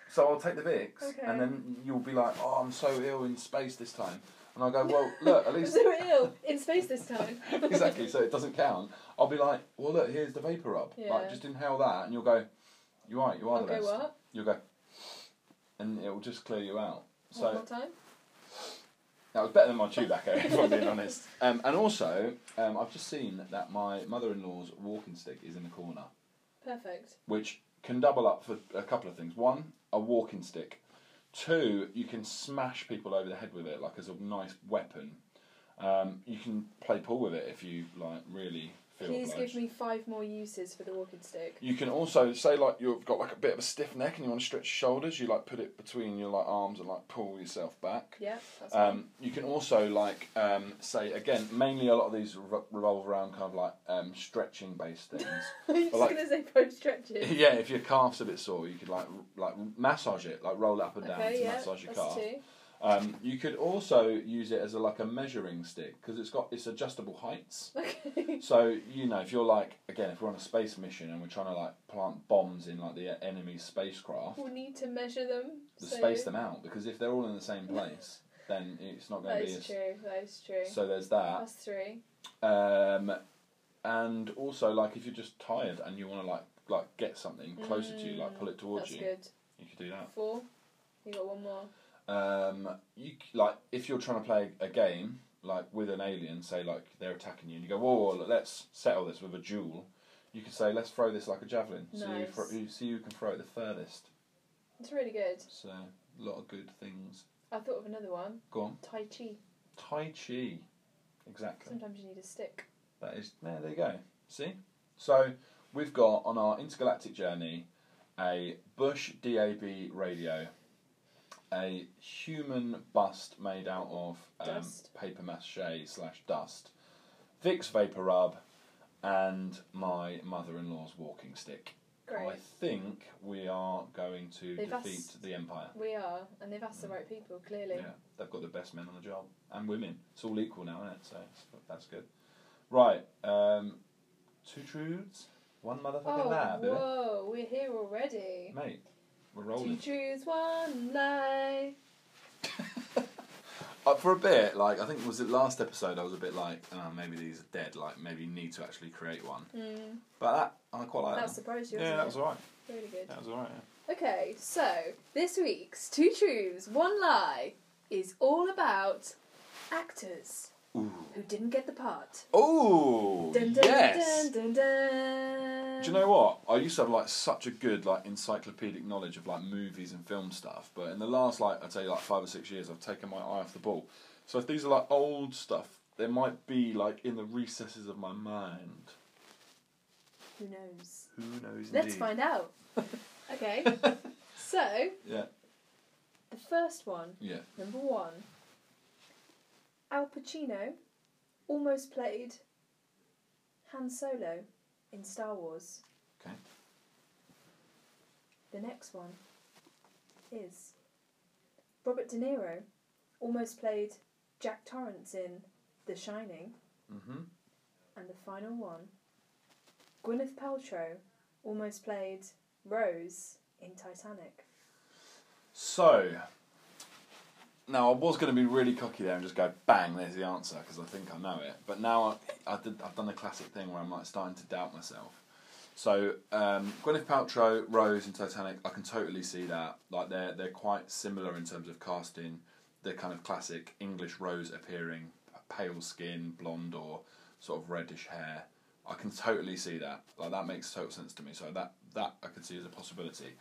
[SPEAKER 1] So I'll take the Vicks,
[SPEAKER 2] Okay.
[SPEAKER 1] and then you'll be like, oh, I'm so ill in space this time, and I'll go, well, look, at
[SPEAKER 2] I'm
[SPEAKER 1] least
[SPEAKER 2] so ill in space this time.
[SPEAKER 1] exactly, so it doesn't count. I'll be like, well, look, here's the vapor rub.
[SPEAKER 2] Yeah.
[SPEAKER 1] Like, just inhale that, and you'll go, you are, you are
[SPEAKER 2] I'll
[SPEAKER 1] the
[SPEAKER 2] go
[SPEAKER 1] best.
[SPEAKER 2] what?
[SPEAKER 1] You'll go, and it will just clear you out.
[SPEAKER 2] One
[SPEAKER 1] So
[SPEAKER 2] more time.
[SPEAKER 1] that was better than my Chewbacca, if I'm being honest. Um, and also, um, I've just seen that my mother-in-law's walking stick is in the corner,
[SPEAKER 2] Perfect.
[SPEAKER 1] which can double up for a couple of things. One, a walking stick. Two, you can smash people over the head with it, like as a nice weapon. Um, you can play pool with it if you like really feel.
[SPEAKER 2] Please
[SPEAKER 1] obliged.
[SPEAKER 2] give me five more uses for the walking stick.
[SPEAKER 1] You can also say like you've got like a bit of a stiff neck and you want to stretch your shoulders. You like put it between your like arms and like pull yourself back.
[SPEAKER 2] Yeah, that's fine.
[SPEAKER 1] Um, you can also like um, say again. Mainly, a lot of these re- revolve around kind of like um, stretching based things.
[SPEAKER 2] I'm just
[SPEAKER 1] like-
[SPEAKER 2] gonna say both stretches.
[SPEAKER 1] yeah, if your calf's a bit sore, you could like r- like massage it, like roll it up and down
[SPEAKER 2] okay,
[SPEAKER 1] to
[SPEAKER 2] yeah,
[SPEAKER 1] massage your
[SPEAKER 2] that's
[SPEAKER 1] calf.
[SPEAKER 2] two.
[SPEAKER 1] Um, you could also use it as a like a measuring stick because it's got it's adjustable heights.
[SPEAKER 2] Okay.
[SPEAKER 1] So you know, if you're like again, if we're on a space mission and we're trying to like plant bombs in like the enemy's spacecraft,
[SPEAKER 2] We'll need to measure them.
[SPEAKER 1] to
[SPEAKER 2] so-
[SPEAKER 1] space them out because if they're all in the same place, then it's not going
[SPEAKER 2] That
[SPEAKER 1] to be.
[SPEAKER 2] is
[SPEAKER 1] As,
[SPEAKER 2] true. That is true.
[SPEAKER 1] so there's that,
[SPEAKER 2] That's three.
[SPEAKER 1] um, and also like if you're just tired and you want to like like get something closer to you, like
[SPEAKER 2] Mm,
[SPEAKER 1] pull it towards
[SPEAKER 2] That's
[SPEAKER 1] you,
[SPEAKER 2] good.
[SPEAKER 1] you could do that.
[SPEAKER 2] Four. You got one more.
[SPEAKER 1] Um, you c- like if you're trying to play a game like with an alien, say like they're attacking you, and you go, "Whoa, whoa, whoa, let's settle this with a duel." You could say, "Let's throw this like a javelin." So you
[SPEAKER 2] Nice.
[SPEAKER 1] thro- you see who can throw it the furthest.
[SPEAKER 2] It's really good.
[SPEAKER 1] So a lot of good things.
[SPEAKER 2] I thought of another one.
[SPEAKER 1] Go on,
[SPEAKER 2] Tai Chi.
[SPEAKER 1] Tai Chi. Exactly.
[SPEAKER 2] Sometimes you need a stick.
[SPEAKER 1] That is there. There you go. See. So we've got on our intergalactic journey a Bush DAB radio, a human bust made out of um,
[SPEAKER 2] Dust.
[SPEAKER 1] paper mache slash dust, Vicks vapor rub, and my mother-in-law's walking stick. Oh, I
[SPEAKER 2] Great.
[SPEAKER 1] think we are going to
[SPEAKER 2] They've
[SPEAKER 1] defeat
[SPEAKER 2] asked-
[SPEAKER 1] the empire.
[SPEAKER 2] We are, and they've asked the right people, clearly.
[SPEAKER 1] Yeah, they've got the best men on the job and women. It's all equal now, isn't it? So that's good. Right, um, two truths, one motherfucking
[SPEAKER 2] Oh,
[SPEAKER 1] lab,
[SPEAKER 2] whoa, we're here already.
[SPEAKER 1] mate. We're
[SPEAKER 2] Two
[SPEAKER 1] rolling.
[SPEAKER 2] truths, one lie.
[SPEAKER 1] Uh, for a bit, like I think was it last episode, I was a bit like, oh, maybe these are dead. Like maybe you need to actually create one.
[SPEAKER 2] Mm,
[SPEAKER 1] But that I quite like.
[SPEAKER 2] that
[SPEAKER 1] that.
[SPEAKER 2] surprised you,
[SPEAKER 1] Uh, yeah,
[SPEAKER 2] wasn't
[SPEAKER 1] that
[SPEAKER 2] it?
[SPEAKER 1] was alright.
[SPEAKER 2] Really good.
[SPEAKER 1] That was alright. Yeah.
[SPEAKER 2] Okay, so this week's Two Truths, One Lie is all about actors
[SPEAKER 1] Ooh.
[SPEAKER 2] who didn't get the part.
[SPEAKER 1] Oh
[SPEAKER 2] Dun, dun,
[SPEAKER 1] yes.
[SPEAKER 2] dun, dun, dun.
[SPEAKER 1] Do you know what? I used to have like such a good like encyclopedic knowledge of like movies and film stuff, but in the last like I'd say like five or six years, I've taken my eye off the ball. So if these are like old stuff, they might be like in the recesses of my mind.
[SPEAKER 2] Who knows?
[SPEAKER 1] Who knows?
[SPEAKER 2] Let's
[SPEAKER 1] indeed.
[SPEAKER 2] find out. okay, so
[SPEAKER 1] Yeah,
[SPEAKER 2] the first one
[SPEAKER 1] yeah.
[SPEAKER 2] Number one, Al Pacino almost played Han Solo in Star Wars.
[SPEAKER 1] Okay.
[SPEAKER 2] The next one is Robert De Niro almost played Jack Torrance in The Shining.
[SPEAKER 1] Mhm.
[SPEAKER 2] And the final one, Gwyneth Paltrow almost played Rose in Titanic.
[SPEAKER 1] So now I was going to be really cocky there and just go bang. There's the answer because I think I know it. But now I, I did, I've done the classic thing where I'm like starting to doubt myself. So um, Gwyneth Paltrow, Rose, and Titanic, I can totally see that. Like they're they're quite similar in terms of casting. They're kind of classic English Rose appearing, pale skin, blonde or sort of reddish hair. I can totally see that. Like that makes total sense to me. So that that I could see as a possibility.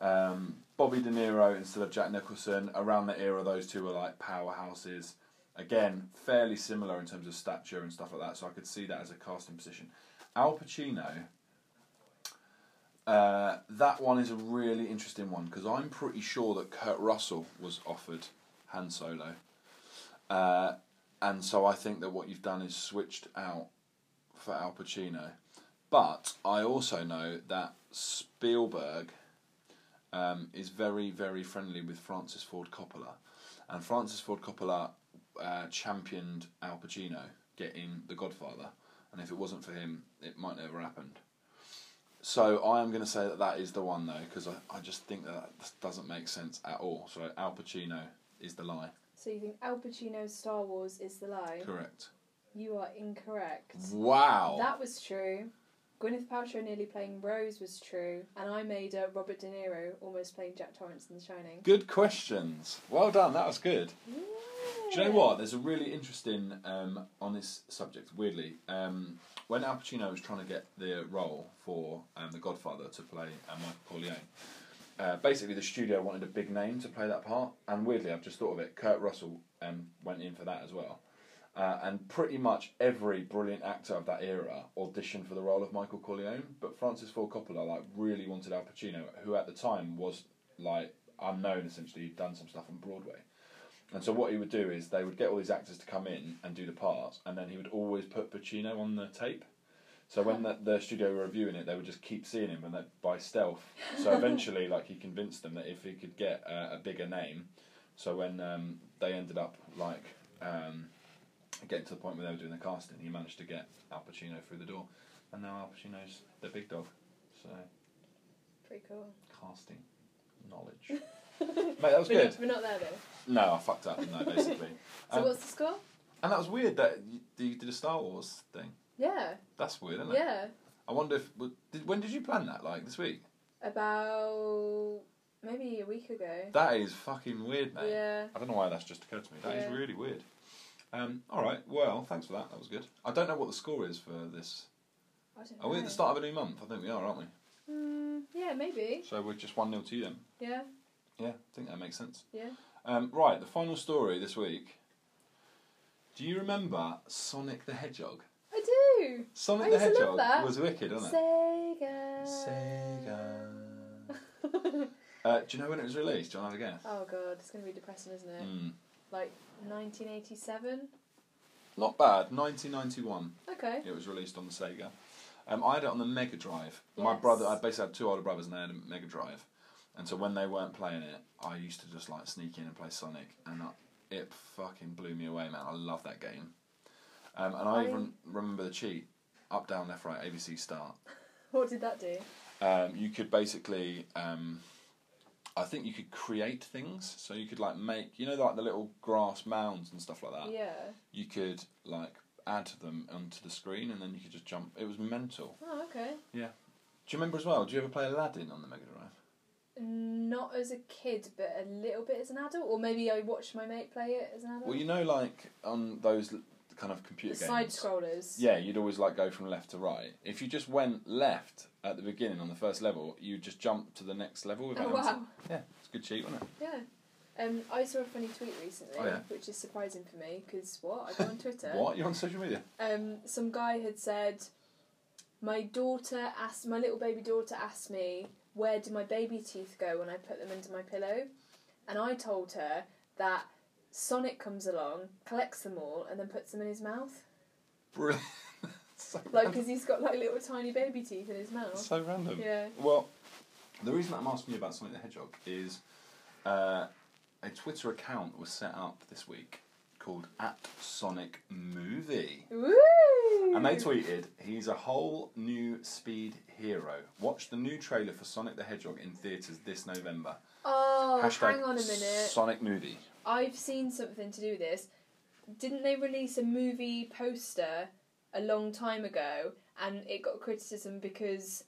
[SPEAKER 1] Um, Bobby De Niro instead of Jack Nicholson around the era, those two were like powerhouses. Again, fairly similar in terms of stature and stuff like that. So I could see that as a casting position. Al Pacino. Uh, that one is a really interesting one because I'm pretty sure that Kurt Russell was offered Han Solo. Uh, And so I think that what you've done is switched out for Al Pacino. But I also know that Spielberg um, is very, very friendly with Francis Ford Coppola. And Francis Ford Coppola uh, championed Al Pacino getting The Godfather. And if it wasn't for him, it might never happened. So I am going to say that that is the one, though, because I, I just think that that doesn't make sense at all. So Al Pacino is the lie.
[SPEAKER 2] So you think Al Pacino's Star Wars is the lie?
[SPEAKER 1] Correct.
[SPEAKER 2] You are incorrect.
[SPEAKER 1] Wow.
[SPEAKER 2] That was true. Gwyneth Paltrow nearly playing Rose was true, and I made uh, Robert De Niro almost playing Jack Torrance in The Shining.
[SPEAKER 1] Good questions. Well done. That was good. Do you know
[SPEAKER 2] Yeah.
[SPEAKER 1] what? There's a really interesting um, on this subject. Weirdly, um, when Al Pacino was trying to get the role for um, The Godfather to play uh, Michael Corleone, uh, basically the studio wanted a big name to play that part. And weirdly, I've just thought of it. Kurt Russell um, went in for that as well. Uh, and pretty much every brilliant actor of that era auditioned for the role of Michael Corleone, but Francis Ford Coppola like really wanted Al Pacino, who at the time was like unknown essentially. He'd done some stuff on Broadway. And so what he would do is they would get all these actors to come in and do the parts, and then he would always put Pacino on the tape. So when the, the studio were reviewing it, they would just keep seeing him, and that by stealth. So eventually, like he convinced them that if he could get uh, a bigger name, so when um, they ended up like um, getting to the point where they were doing the casting, he managed to get Al Pacino through the door, and now Al Pacino's the big dog. So
[SPEAKER 2] Pretty cool.
[SPEAKER 1] casting knowledge, mate, that was
[SPEAKER 2] we're,
[SPEAKER 1] good.
[SPEAKER 2] Not, we're not there though.
[SPEAKER 1] No, I fucked up. No, basically.
[SPEAKER 2] So
[SPEAKER 1] Um,
[SPEAKER 2] what's the score?
[SPEAKER 1] And that was weird that you, that you did a Star Wars thing.
[SPEAKER 2] Yeah,
[SPEAKER 1] That's weird, isn't it?
[SPEAKER 2] yeah.
[SPEAKER 1] I wonder if w- did, when did you plan that? Like this week?
[SPEAKER 2] About maybe a week ago.
[SPEAKER 1] That is fucking weird, mate.
[SPEAKER 2] Yeah.
[SPEAKER 1] I don't know why that's just occurred to me. That is
[SPEAKER 2] Yeah.
[SPEAKER 1] really weird. Um, all right. Well, thanks for that. That was good. I don't know what the score is for this.
[SPEAKER 2] I don't know.
[SPEAKER 1] Are we at the start of a new month? I think we are, aren't we?
[SPEAKER 2] Mm, yeah, maybe.
[SPEAKER 1] So we're just one 0 to you then.
[SPEAKER 2] Yeah,
[SPEAKER 1] Yeah, I think that makes sense.
[SPEAKER 2] yeah.
[SPEAKER 1] Um, right. The final story this week. Do you remember Sonic the Hedgehog?
[SPEAKER 2] I do.
[SPEAKER 1] Sonic
[SPEAKER 2] I
[SPEAKER 1] the
[SPEAKER 2] used to
[SPEAKER 1] Hedgehog
[SPEAKER 2] love that.
[SPEAKER 1] was wicked, wasn't it?
[SPEAKER 2] Sega.
[SPEAKER 1] Sega. Uh, do you know when it was released? Do you want to have a guess?
[SPEAKER 2] oh god, it's gonna be depressing, isn't it?
[SPEAKER 1] Mm.
[SPEAKER 2] Like 1987.
[SPEAKER 1] Not bad. 1991.
[SPEAKER 2] Okay.
[SPEAKER 1] It was released on the Sega. Um, I had it on the Mega Drive. My
[SPEAKER 2] Yes.
[SPEAKER 1] brother, I basically had two older brothers, and they had a Mega Drive. And so when they weren't playing it, I used to just like sneak in and play Sonic, and that, it fucking blew me away, man. I love that game. Um, and I,
[SPEAKER 2] I-
[SPEAKER 1] even remember the cheat: up, down, left, right, ABC, start.
[SPEAKER 2] What did that do?
[SPEAKER 1] um, you could basically um, i think you could create things so you could like make you know like the little grass mounds and stuff like that
[SPEAKER 2] Yeah.
[SPEAKER 1] you could like add them onto the screen and then you could just jump it was mental
[SPEAKER 2] Oh, okay.
[SPEAKER 1] do you remember as well do you ever play aladdin on the mega drive
[SPEAKER 2] Not as a kid, but a little bit as an adult, or maybe I watched my mate play it as an adult.
[SPEAKER 1] well you know like on those l- kind of
[SPEAKER 2] the
[SPEAKER 1] computer
[SPEAKER 2] side
[SPEAKER 1] games
[SPEAKER 2] scrollers.
[SPEAKER 1] yeah you'd always like go from left to right if you just went left at the beginning on the first level you just jump to the next level
[SPEAKER 2] Oh
[SPEAKER 1] without
[SPEAKER 2] wow.
[SPEAKER 1] yeah it's a good cheat wasn't it
[SPEAKER 2] Yeah. Um, I saw a funny tweet recently,
[SPEAKER 1] Oh, yeah.
[SPEAKER 2] which is surprising for me because what I go on Twitter.
[SPEAKER 1] what you're on social media
[SPEAKER 2] Um, some guy had said, "My daughter asked my little baby daughter asked me where do my baby teeth go when I put them under my pillow," and I told her that Sonic comes along, collects them all, and then puts them in his mouth,
[SPEAKER 1] brilliant so
[SPEAKER 2] like because he's got like little tiny baby teeth in his mouth.
[SPEAKER 1] So random.
[SPEAKER 2] Yeah.
[SPEAKER 1] Well, the reason that I'm asking you about Sonic the Hedgehog is uh, a Twitter account was set up this week called at Sonic Movie.
[SPEAKER 2] Woo!
[SPEAKER 1] And they tweeted, he's a whole new speed hero. Watch the new trailer for Sonic the Hedgehog in theatres this November.
[SPEAKER 2] Oh,
[SPEAKER 1] Hashtag
[SPEAKER 2] hang on a minute.
[SPEAKER 1] Sonic Movie.
[SPEAKER 2] I've seen something to do with this. Didn't they release a movie poster a long time ago and it got criticism because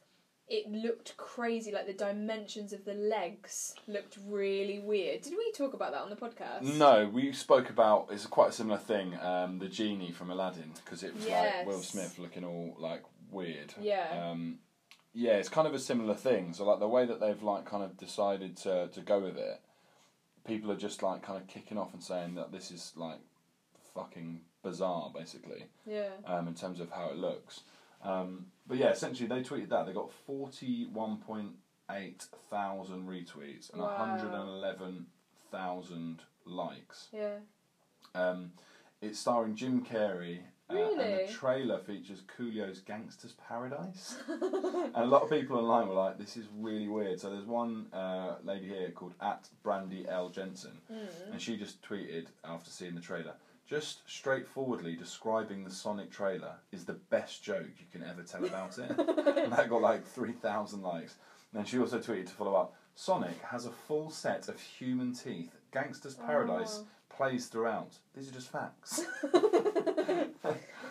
[SPEAKER 2] it looked crazy, like the dimensions of the legs looked really weird. Did we talk about that on the podcast?
[SPEAKER 1] No, we spoke about it's quite a similar thing. Um, the genie from Aladdin because it was like
[SPEAKER 2] Yes.
[SPEAKER 1] Will Smith looking all like weird.
[SPEAKER 2] Yeah.
[SPEAKER 1] Um, yeah, it's kind of a similar thing. So like the way that they've like kind of decided to to go with it, people are just like kind of kicking off and saying that this is like fucking bizarre, basically,
[SPEAKER 2] Yeah.
[SPEAKER 1] um, in terms of how it looks. Um, but yeah, essentially they tweeted that they got forty one point eight thousand retweets and
[SPEAKER 2] Wow.
[SPEAKER 1] hundred and eleven thousand likes.
[SPEAKER 2] Yeah.
[SPEAKER 1] Um, It's starring Jim Carrey. uh, and
[SPEAKER 2] Really?
[SPEAKER 1] the trailer features Coolio's Gangster's Paradise. and a lot of people online were like, this is really weird. So there's one uh, lady here called at Brandy L. Jensen. And she just tweeted after seeing the trailer, just straightforwardly describing the Sonic trailer is the best joke you can ever tell about it. and that got like 3,000 likes. And then she also tweeted to follow up Sonic has a full set of human teeth. Gangster's Paradise
[SPEAKER 2] Oh.
[SPEAKER 1] plays throughout. These are just facts.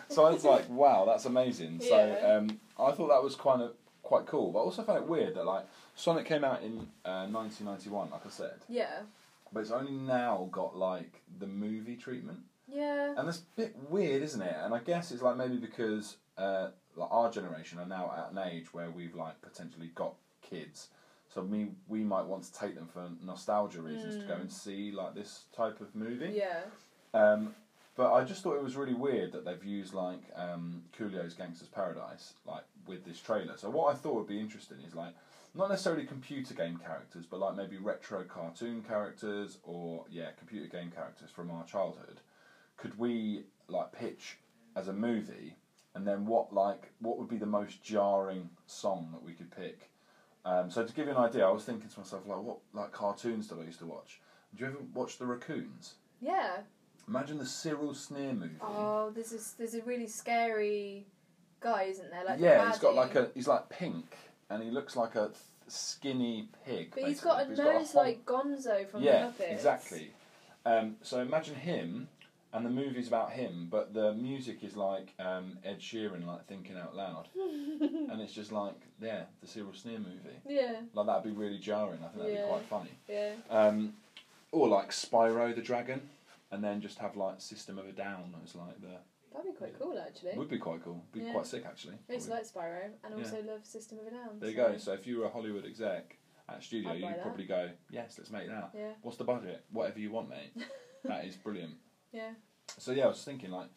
[SPEAKER 1] so I was like, wow, that's amazing. So
[SPEAKER 2] Yeah.
[SPEAKER 1] um, I thought that was kind of quite cool. But I also found it weird that like Sonic came out in uh, 1991, like I said
[SPEAKER 2] yeah.
[SPEAKER 1] but it's only now got like the movie treatment,
[SPEAKER 2] Yeah.
[SPEAKER 1] and that's a bit weird, isn't it? And I guess it's like maybe because uh, like our generation are now at an age where we've like potentially got kids, so me we might want to take them for nostalgia reasons to go and see like this type of movie.
[SPEAKER 2] Yeah.
[SPEAKER 1] Um, but I just thought it was really weird that they've used like um, Coolio's Gangster's Paradise like with this trailer. So what I thought would be interesting is like not necessarily computer game characters, but like maybe retro cartoon characters or yeah, computer game characters from our childhood. Could we like pitch as a movie, and then what like what would be the most jarring song that we could pick? Um, so to give you an idea, I was thinking to myself like what like cartoons did I used to watch? Do you ever watch the Raccoons?
[SPEAKER 2] Yeah.
[SPEAKER 1] Imagine the Cyril Sneer movie.
[SPEAKER 2] Oh, there's a, there's a really scary guy, isn't there? Like the
[SPEAKER 1] yeah, he's got
[SPEAKER 2] baddie.
[SPEAKER 1] like a he's like pink, and he looks like a th- skinny pig.
[SPEAKER 2] But he's
[SPEAKER 1] basically,
[SPEAKER 2] got a nose
[SPEAKER 1] whole-
[SPEAKER 2] like Gonzo from
[SPEAKER 1] yeah,
[SPEAKER 2] the Muppets.
[SPEAKER 1] exactly. Um, so imagine him, and the movie's about him, but the music is like um, Ed Sheeran, like thinking out loud,
[SPEAKER 2] Hmm.
[SPEAKER 1] and it's just like yeah, the Cyril Sneer movie.
[SPEAKER 2] Yeah.
[SPEAKER 1] Like that'd be really jarring. I think that'd
[SPEAKER 2] Yeah.
[SPEAKER 1] be quite funny.
[SPEAKER 2] Yeah.
[SPEAKER 1] Um, or like Spyro the Dragon, and then just have like System of a Down as like the
[SPEAKER 2] That'd be quite cool, actually.
[SPEAKER 1] would be quite cool. Be
[SPEAKER 2] Yeah.
[SPEAKER 1] quite sick actually.
[SPEAKER 2] I used to like Spyro and
[SPEAKER 1] Yeah.
[SPEAKER 2] also love System of a Down.
[SPEAKER 1] There you
[SPEAKER 2] so-
[SPEAKER 1] go. So if you were a Hollywood exec at studio,
[SPEAKER 2] I'd buy
[SPEAKER 1] you'd
[SPEAKER 2] that.
[SPEAKER 1] probably go, "Yes, let's make that."
[SPEAKER 2] Yeah.
[SPEAKER 1] What's the budget? Whatever you want, mate. that is brilliant.
[SPEAKER 2] Yeah.
[SPEAKER 1] So yeah, I was thinking like,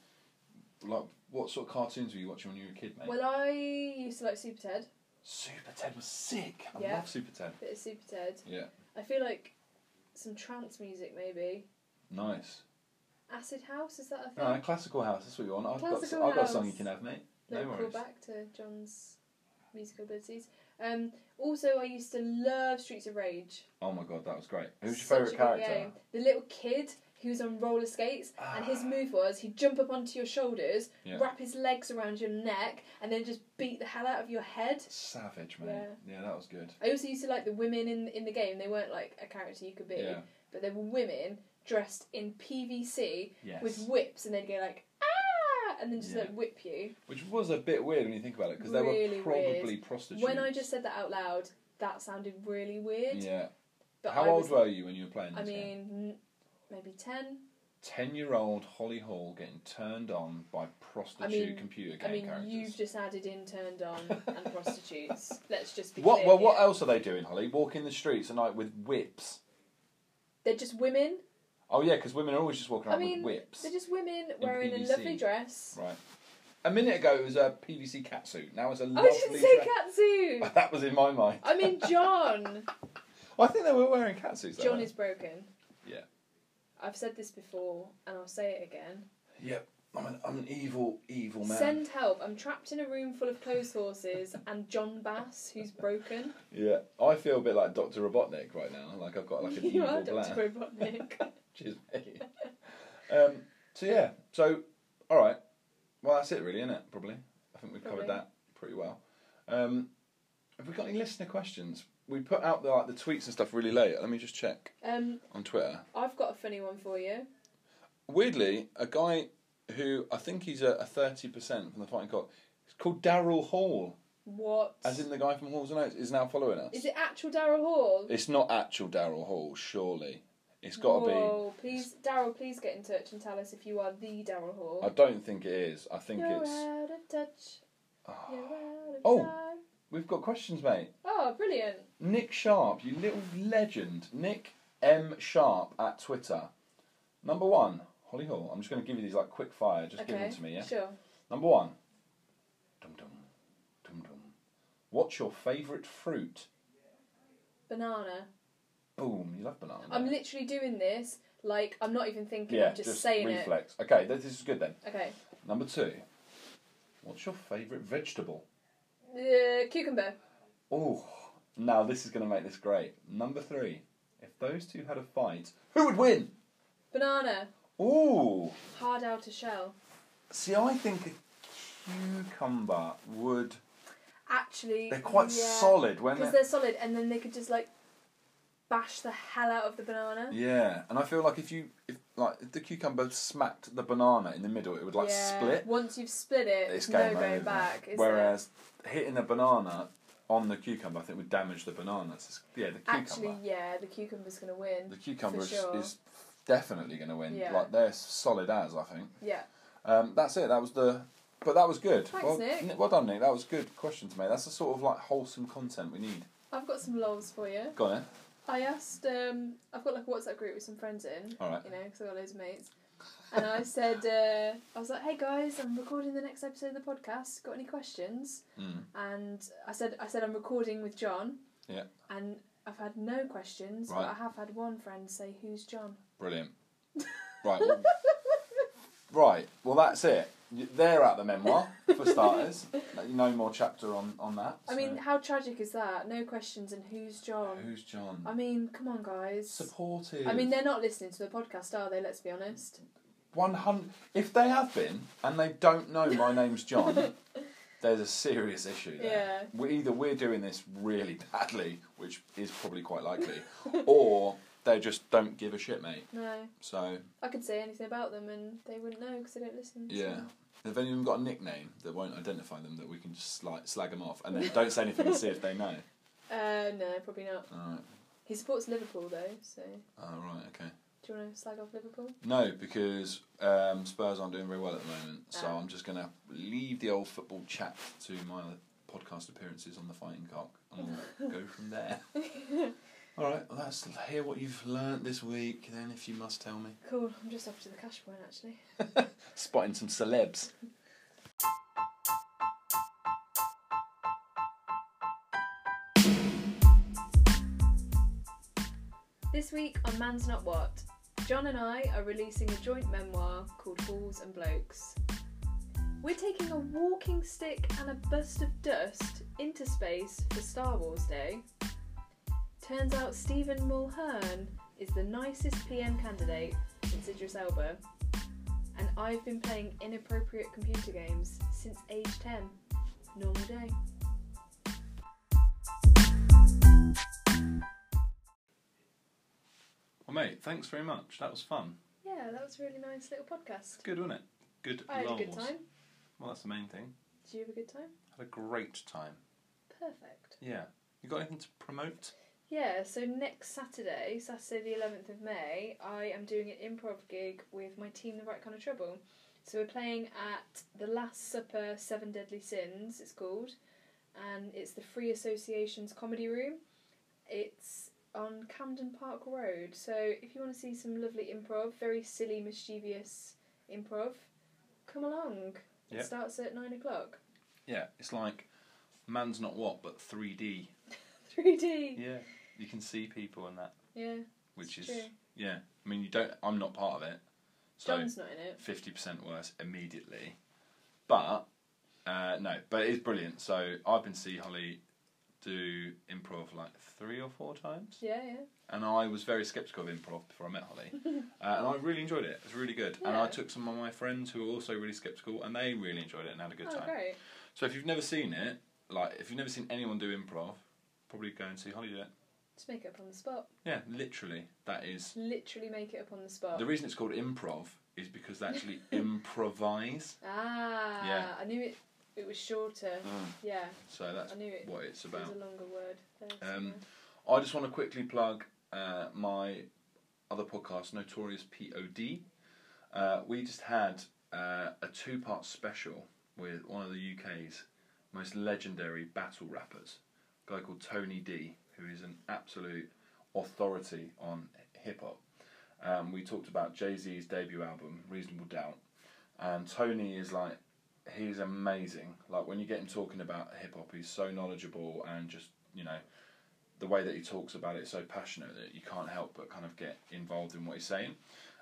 [SPEAKER 1] like what sort of cartoons were you watching when you were a kid, mate?
[SPEAKER 2] Well, I used to like Super Ted.
[SPEAKER 1] Super Ted was sick. I
[SPEAKER 2] Yeah.
[SPEAKER 1] love Super Ted.
[SPEAKER 2] Bit of Super Ted.
[SPEAKER 1] Yeah.
[SPEAKER 2] I feel like some trance music, maybe.
[SPEAKER 1] Nice.
[SPEAKER 2] Acid House, is that a thing?
[SPEAKER 1] No, classical house. That's what you want. I've
[SPEAKER 2] Classical
[SPEAKER 1] got. I've got
[SPEAKER 2] house.
[SPEAKER 1] something you can have, mate. No
[SPEAKER 2] Little
[SPEAKER 1] worries.
[SPEAKER 2] callback to John's musical abilities. Um, also, I used to love Streets of Rage.
[SPEAKER 1] Oh my god, that was great. Who's
[SPEAKER 2] Such
[SPEAKER 1] your
[SPEAKER 2] a
[SPEAKER 1] favourite
[SPEAKER 2] good
[SPEAKER 1] character?
[SPEAKER 2] game. The little kid who was on roller skates,
[SPEAKER 1] Ah,
[SPEAKER 2] and his move was he'd jump up onto your shoulders,
[SPEAKER 1] Yeah.
[SPEAKER 2] wrap his legs around your neck, and then just beat the hell out of your head.
[SPEAKER 1] Savage, mate.
[SPEAKER 2] Yeah.
[SPEAKER 1] Yeah. that was good.
[SPEAKER 2] I also used to like the women in in the game. They weren't like a character you could be,
[SPEAKER 1] Yeah.
[SPEAKER 2] but they were women dressed in PVC
[SPEAKER 1] Yes.
[SPEAKER 2] with whips, and they'd go like ah, and then just
[SPEAKER 1] Yeah.
[SPEAKER 2] like whip you.
[SPEAKER 1] Which was a bit weird when you think about it, because they
[SPEAKER 2] Really
[SPEAKER 1] were
[SPEAKER 2] weird.
[SPEAKER 1] probably prostitutes.
[SPEAKER 2] When I just said that out loud, that sounded really weird.
[SPEAKER 1] yeah.
[SPEAKER 2] But
[SPEAKER 1] How
[SPEAKER 2] I
[SPEAKER 1] old
[SPEAKER 2] was,
[SPEAKER 1] were you when you were playing this
[SPEAKER 2] I
[SPEAKER 1] game?
[SPEAKER 2] mean, n- maybe ten.
[SPEAKER 1] Ten-year-old Holly Hall getting turned on by prostitute
[SPEAKER 2] I mean-
[SPEAKER 1] computer game
[SPEAKER 2] I mean,
[SPEAKER 1] characters.
[SPEAKER 2] you've just added in turned on and prostitutes. Let's just be
[SPEAKER 1] What?
[SPEAKER 2] clear
[SPEAKER 1] Well, what
[SPEAKER 2] here.
[SPEAKER 1] else are they doing, Holly? Walking the streets at night with whips.
[SPEAKER 2] They're just women.
[SPEAKER 1] Oh yeah, because women are always just walking
[SPEAKER 2] I
[SPEAKER 1] around
[SPEAKER 2] mean,
[SPEAKER 1] with whips.
[SPEAKER 2] they're just women wearing a
[SPEAKER 1] PVC.
[SPEAKER 2] lovely dress.
[SPEAKER 1] Right. A minute ago it was a PVC catsuit. Now it's a
[SPEAKER 2] I
[SPEAKER 1] lovely.
[SPEAKER 2] didn't say
[SPEAKER 1] dress.
[SPEAKER 2] catsuit.
[SPEAKER 1] that was in my mind.
[SPEAKER 2] I mean, John.
[SPEAKER 1] I think they were wearing catsuits. though,
[SPEAKER 2] John
[SPEAKER 1] weren't
[SPEAKER 2] is broken.
[SPEAKER 1] Yeah.
[SPEAKER 2] I've said this before, and I'll say it again.
[SPEAKER 1] they? Yep. I'm an, I'm an evil, evil man.
[SPEAKER 2] Send help. I'm trapped in a room full of clothes horses and John Bass, who's broken.
[SPEAKER 1] Yeah. I feel a bit like Doctor Robotnik right now. Like I've got like an
[SPEAKER 2] you
[SPEAKER 1] evil
[SPEAKER 2] are
[SPEAKER 1] plan.
[SPEAKER 2] Dr. Robotnik.
[SPEAKER 1] Cheers, mate. um, so yeah, so all right. Well, that's it, really, isn't it? Probably. I think we've covered
[SPEAKER 2] Probably.
[SPEAKER 1] that pretty well. Um, have we got any listener questions? We put out the like the tweets and stuff really late. Let me just check
[SPEAKER 2] um,
[SPEAKER 1] on Twitter.
[SPEAKER 2] I've got a funny one for you.
[SPEAKER 1] Weirdly, a guy who I think he's a thirty percent from the fighting cock. It's called Daryl Hall,
[SPEAKER 2] What?
[SPEAKER 1] as in the guy from Halls and Oates, is now following us.
[SPEAKER 2] Is it actual Daryl Hall?
[SPEAKER 1] It's not actual Daryl Hall, surely. It's got to be.
[SPEAKER 2] Whoa, Please, Daryl, please get in touch and tell us if you are the Daryl Hall.
[SPEAKER 1] I don't think it is. I think
[SPEAKER 2] You're
[SPEAKER 1] it's.
[SPEAKER 2] out of touch. You're out of
[SPEAKER 1] Oh.
[SPEAKER 2] time.
[SPEAKER 1] We've got questions, mate.
[SPEAKER 2] Oh, brilliant.
[SPEAKER 1] Nick Sharp, you little legend. Nick M Sharp at Twitter. Number one, Holly Hall. I'm just going to give you these like quick fire. Just give
[SPEAKER 2] okay.
[SPEAKER 1] them to me, yeah.
[SPEAKER 2] Sure.
[SPEAKER 1] Number one. Dum dum, dum dum. What's your favourite fruit?
[SPEAKER 2] Banana.
[SPEAKER 1] boom, you love banana.
[SPEAKER 2] I'm
[SPEAKER 1] there.
[SPEAKER 2] literally doing this like I'm not even thinking.
[SPEAKER 1] yeah,
[SPEAKER 2] I'm just, saying
[SPEAKER 1] reflex. Okay, this, this is good then.
[SPEAKER 2] it. Okay.
[SPEAKER 1] Number two. What's your favourite vegetable?
[SPEAKER 2] Uh, cucumber.
[SPEAKER 1] Oh, now this is going to make this great. Number three. If those two had a fight, who would win?
[SPEAKER 2] Banana.
[SPEAKER 1] Ooh.
[SPEAKER 2] Hard outer shell.
[SPEAKER 1] See, I think a cucumber would.
[SPEAKER 2] Actually,
[SPEAKER 1] They're quite
[SPEAKER 2] yeah.
[SPEAKER 1] solid when
[SPEAKER 2] because
[SPEAKER 1] they're.
[SPEAKER 2] they're solid, and then they could just like bash the hell out of the banana.
[SPEAKER 1] Yeah, and I feel like if you if like if the cucumber smacked the banana in the middle, it would like
[SPEAKER 2] Yeah.
[SPEAKER 1] split.
[SPEAKER 2] Once you've split it,
[SPEAKER 1] It's
[SPEAKER 2] no
[SPEAKER 1] game
[SPEAKER 2] going
[SPEAKER 1] over.
[SPEAKER 2] back. uh, Is there?
[SPEAKER 1] Whereas hitting a banana on the cucumber, I think would damage the banana. So it's- yeah, the cucumber.
[SPEAKER 2] actually, yeah, the cucumber's gonna win.
[SPEAKER 1] the cucumber
[SPEAKER 2] for
[SPEAKER 1] is,
[SPEAKER 2] sure.
[SPEAKER 1] is definitely going to win.
[SPEAKER 2] Yeah.
[SPEAKER 1] Like they're solid as I think.
[SPEAKER 2] Yeah,
[SPEAKER 1] Um, that's it. That was the. But that was good.
[SPEAKER 2] Thanks,
[SPEAKER 1] well,
[SPEAKER 2] Nick.
[SPEAKER 1] Well done, Nick. That was good questions, mate. That's the sort of like wholesome content we need.
[SPEAKER 2] I've got some lols for you.
[SPEAKER 1] Go on, then.
[SPEAKER 2] I asked, um, I've got like a WhatsApp group with some friends in,
[SPEAKER 1] All right.
[SPEAKER 2] you know, because I've got loads of mates. And I said, uh, I was like, hey guys, I'm recording the next episode of the podcast. Got any questions?
[SPEAKER 1] Mm.
[SPEAKER 2] And I said, I said I'm recording with John.
[SPEAKER 1] Yeah.
[SPEAKER 2] And I've had no questions, but
[SPEAKER 1] Right.
[SPEAKER 2] I have had one friend say, who's John?
[SPEAKER 1] Brilliant. Right. Well, right. Well, that's it. Y- They're out the memoir for starters. No more chapter on on that.
[SPEAKER 2] I
[SPEAKER 1] so-
[SPEAKER 2] mean, how tragic is that? No questions and who's John?
[SPEAKER 1] who's John?
[SPEAKER 2] I mean, come on, guys.
[SPEAKER 1] Supportive.
[SPEAKER 2] I mean, they're not listening to the podcast, are they? Let's be honest.
[SPEAKER 1] one hundred. If they have been and they don't know my name's John, there's a serious issue there.
[SPEAKER 2] Yeah.
[SPEAKER 1] we either we're doing this really badly, which is probably quite likely, or they just don't give a shit, mate.
[SPEAKER 2] No.
[SPEAKER 1] So
[SPEAKER 2] I could say anything about them and they wouldn't know because they don't listen. so-
[SPEAKER 1] yeah. Have any of them got a nickname that won't identify them that we can just like slag them off and then don't say anything and see if they know?
[SPEAKER 2] Uh, no, probably not.
[SPEAKER 1] All right.
[SPEAKER 2] He supports Liverpool though, so do
[SPEAKER 1] All right. Okay.
[SPEAKER 2] you want to slag off Liverpool?
[SPEAKER 1] No, because um, Spurs aren't doing very well at the moment, so
[SPEAKER 2] Ah.
[SPEAKER 1] I'm just going to leave the old football chat to my other podcast appearances on the Fighting Cock, and we'll go from there. All right, well, let's hear what you've learnt this week, then, if you must tell me.
[SPEAKER 2] Cool. I'm just off to the cash point actually.
[SPEAKER 1] Spotting some celebs.
[SPEAKER 2] This week on Man's Not What, John and I are releasing a joint memoir called Fools and Blokes. We're taking a walking stick and a bust of dust into space for Star Wars Day. Turns out Stephen Mulhern is the nicest PM candidate since Idris Elba, and I've been playing inappropriate computer games since age 10. Normal day.
[SPEAKER 1] Well, mate, thanks very much. That was fun.
[SPEAKER 2] Yeah, that was a really nice little podcast.
[SPEAKER 1] Good, wasn't it? Good
[SPEAKER 2] I had a
[SPEAKER 1] lols.
[SPEAKER 2] good time.
[SPEAKER 1] Well, that's the main thing.
[SPEAKER 2] Did you have a good time?
[SPEAKER 1] Had a great time.
[SPEAKER 2] Perfect.
[SPEAKER 1] Yeah. You got anything to promote?
[SPEAKER 2] Yeah, so next Saturday, Saturday the 11th of May, I am doing an improv gig with my team, The Right Kind of Trouble. So we're playing at The Last Supper Seven Deadly Sins, it's called, and it's the Free Association's comedy room. It's on Camden Park Road, so if you want to see some lovely improv, very silly, mischievous improv, come along.
[SPEAKER 1] Yeah.
[SPEAKER 2] It starts at nine o'clock.
[SPEAKER 1] Yeah, it's like Man's Not What, but 3D.
[SPEAKER 2] 3D!
[SPEAKER 1] Yeah. You can see people and that.
[SPEAKER 2] Yeah,
[SPEAKER 1] which
[SPEAKER 2] It's
[SPEAKER 1] is
[SPEAKER 2] true.
[SPEAKER 1] yeah. I mean, you don't. I'm not part of it, so
[SPEAKER 2] John's not in it.
[SPEAKER 1] fifty percent worse immediately. But uh, no, but it is brilliant. So I've been to see Holly do improv like three or four times,
[SPEAKER 2] Yeah, yeah.
[SPEAKER 1] and I was very skeptical of improv before I met Holly, uh, and I really enjoyed it. It was really good, and I
[SPEAKER 2] Yeah.
[SPEAKER 1] took some of my friends who were also really skeptical, and they really enjoyed it and had a good
[SPEAKER 2] oh,
[SPEAKER 1] time.
[SPEAKER 2] great.
[SPEAKER 1] So if you've never seen it, like if you've never seen anyone do improv, probably go and see Holly do it.
[SPEAKER 2] Just make it up on the spot.
[SPEAKER 1] Yeah, literally, that is
[SPEAKER 2] Literally make it up on the spot.
[SPEAKER 1] The reason it's called improv is because they actually improvise.
[SPEAKER 2] ah,
[SPEAKER 1] Yeah.
[SPEAKER 2] I knew it. It was shorter. Yeah,
[SPEAKER 1] So that's
[SPEAKER 2] I knew it.
[SPEAKER 1] what it's
[SPEAKER 2] It was
[SPEAKER 1] about.
[SPEAKER 2] a longer word. There,
[SPEAKER 1] Um,
[SPEAKER 2] somewhere.
[SPEAKER 1] I just want to quickly plug uh, my other podcast, Notorious POD. Uh, we just had uh, a two part special with one of the UK's most legendary battle rappers, a guy called Tony D, who is an absolute authority on hip hop. Um, we talked about Jay Z's debut album, Reasonable Doubt, and Tony is like, he's amazing. Like, when you get him talking about hip hop, he's so knowledgeable and just, you know, the way that he talks about it so passionate that you can't help but kind of get involved in what he's saying.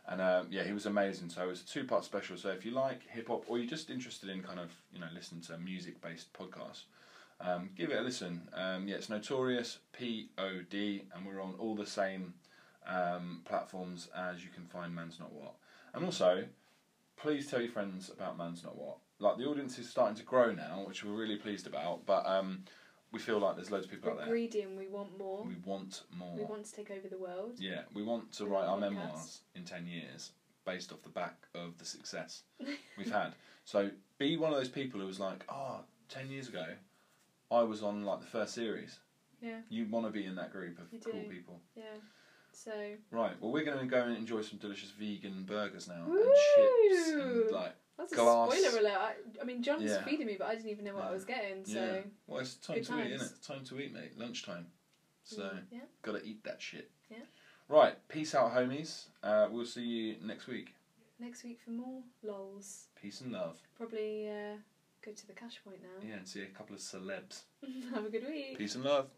[SPEAKER 1] And um, yeah, he was amazing. So it's a two part special. So if you like hip hop or you're just interested in kind of you know listening to music based podcasts, um, give it a listen. Um, yeah, it's Notorious P O D, and we're on all the same um, platforms as you can find Man's Not What. And also, please tell your friends about Man's Not What. Like the audience is starting to grow now, which we're really pleased about. But um, we feel like there's loads of people out
[SPEAKER 2] We're
[SPEAKER 1] there.
[SPEAKER 2] greedy and we want more.
[SPEAKER 1] We want more.
[SPEAKER 2] We want to take over the world.
[SPEAKER 1] Yeah, we want to
[SPEAKER 2] We
[SPEAKER 1] write our
[SPEAKER 2] want
[SPEAKER 1] memoirs
[SPEAKER 2] podcasts.
[SPEAKER 1] in 10 years based off the back of the success we've had. So be one of those people who was like, oh, 10 years ago, I was on like the first series.
[SPEAKER 2] Yeah.
[SPEAKER 1] You want to be in that group of
[SPEAKER 2] You
[SPEAKER 1] cool
[SPEAKER 2] do.
[SPEAKER 1] people.
[SPEAKER 2] Yeah. So
[SPEAKER 1] Right, well, we're going to go and enjoy some delicious vegan burgers now and
[SPEAKER 2] Woo!
[SPEAKER 1] chips and like,
[SPEAKER 2] that's a
[SPEAKER 1] Glass.
[SPEAKER 2] spoiler alert. I, I mean, John's
[SPEAKER 1] Yeah.
[SPEAKER 2] feeding me, but I didn't even know what
[SPEAKER 1] Yeah.
[SPEAKER 2] I was getting. So Mm,
[SPEAKER 1] yeah. Well, it's time
[SPEAKER 2] Good
[SPEAKER 1] to eat,
[SPEAKER 2] times.
[SPEAKER 1] isn't it? It's time to eat, mate. Lunchtime. So,
[SPEAKER 2] yeah.
[SPEAKER 1] gotta eat that shit.
[SPEAKER 2] Yeah.
[SPEAKER 1] Right, peace out, homies. Uh, we'll see you next week.
[SPEAKER 2] Next week for more lols.
[SPEAKER 1] Peace and love.
[SPEAKER 2] Probably uh, go to the cash point now.
[SPEAKER 1] Yeah, and see a couple of celebs.
[SPEAKER 2] Have a good week.
[SPEAKER 1] Peace and love.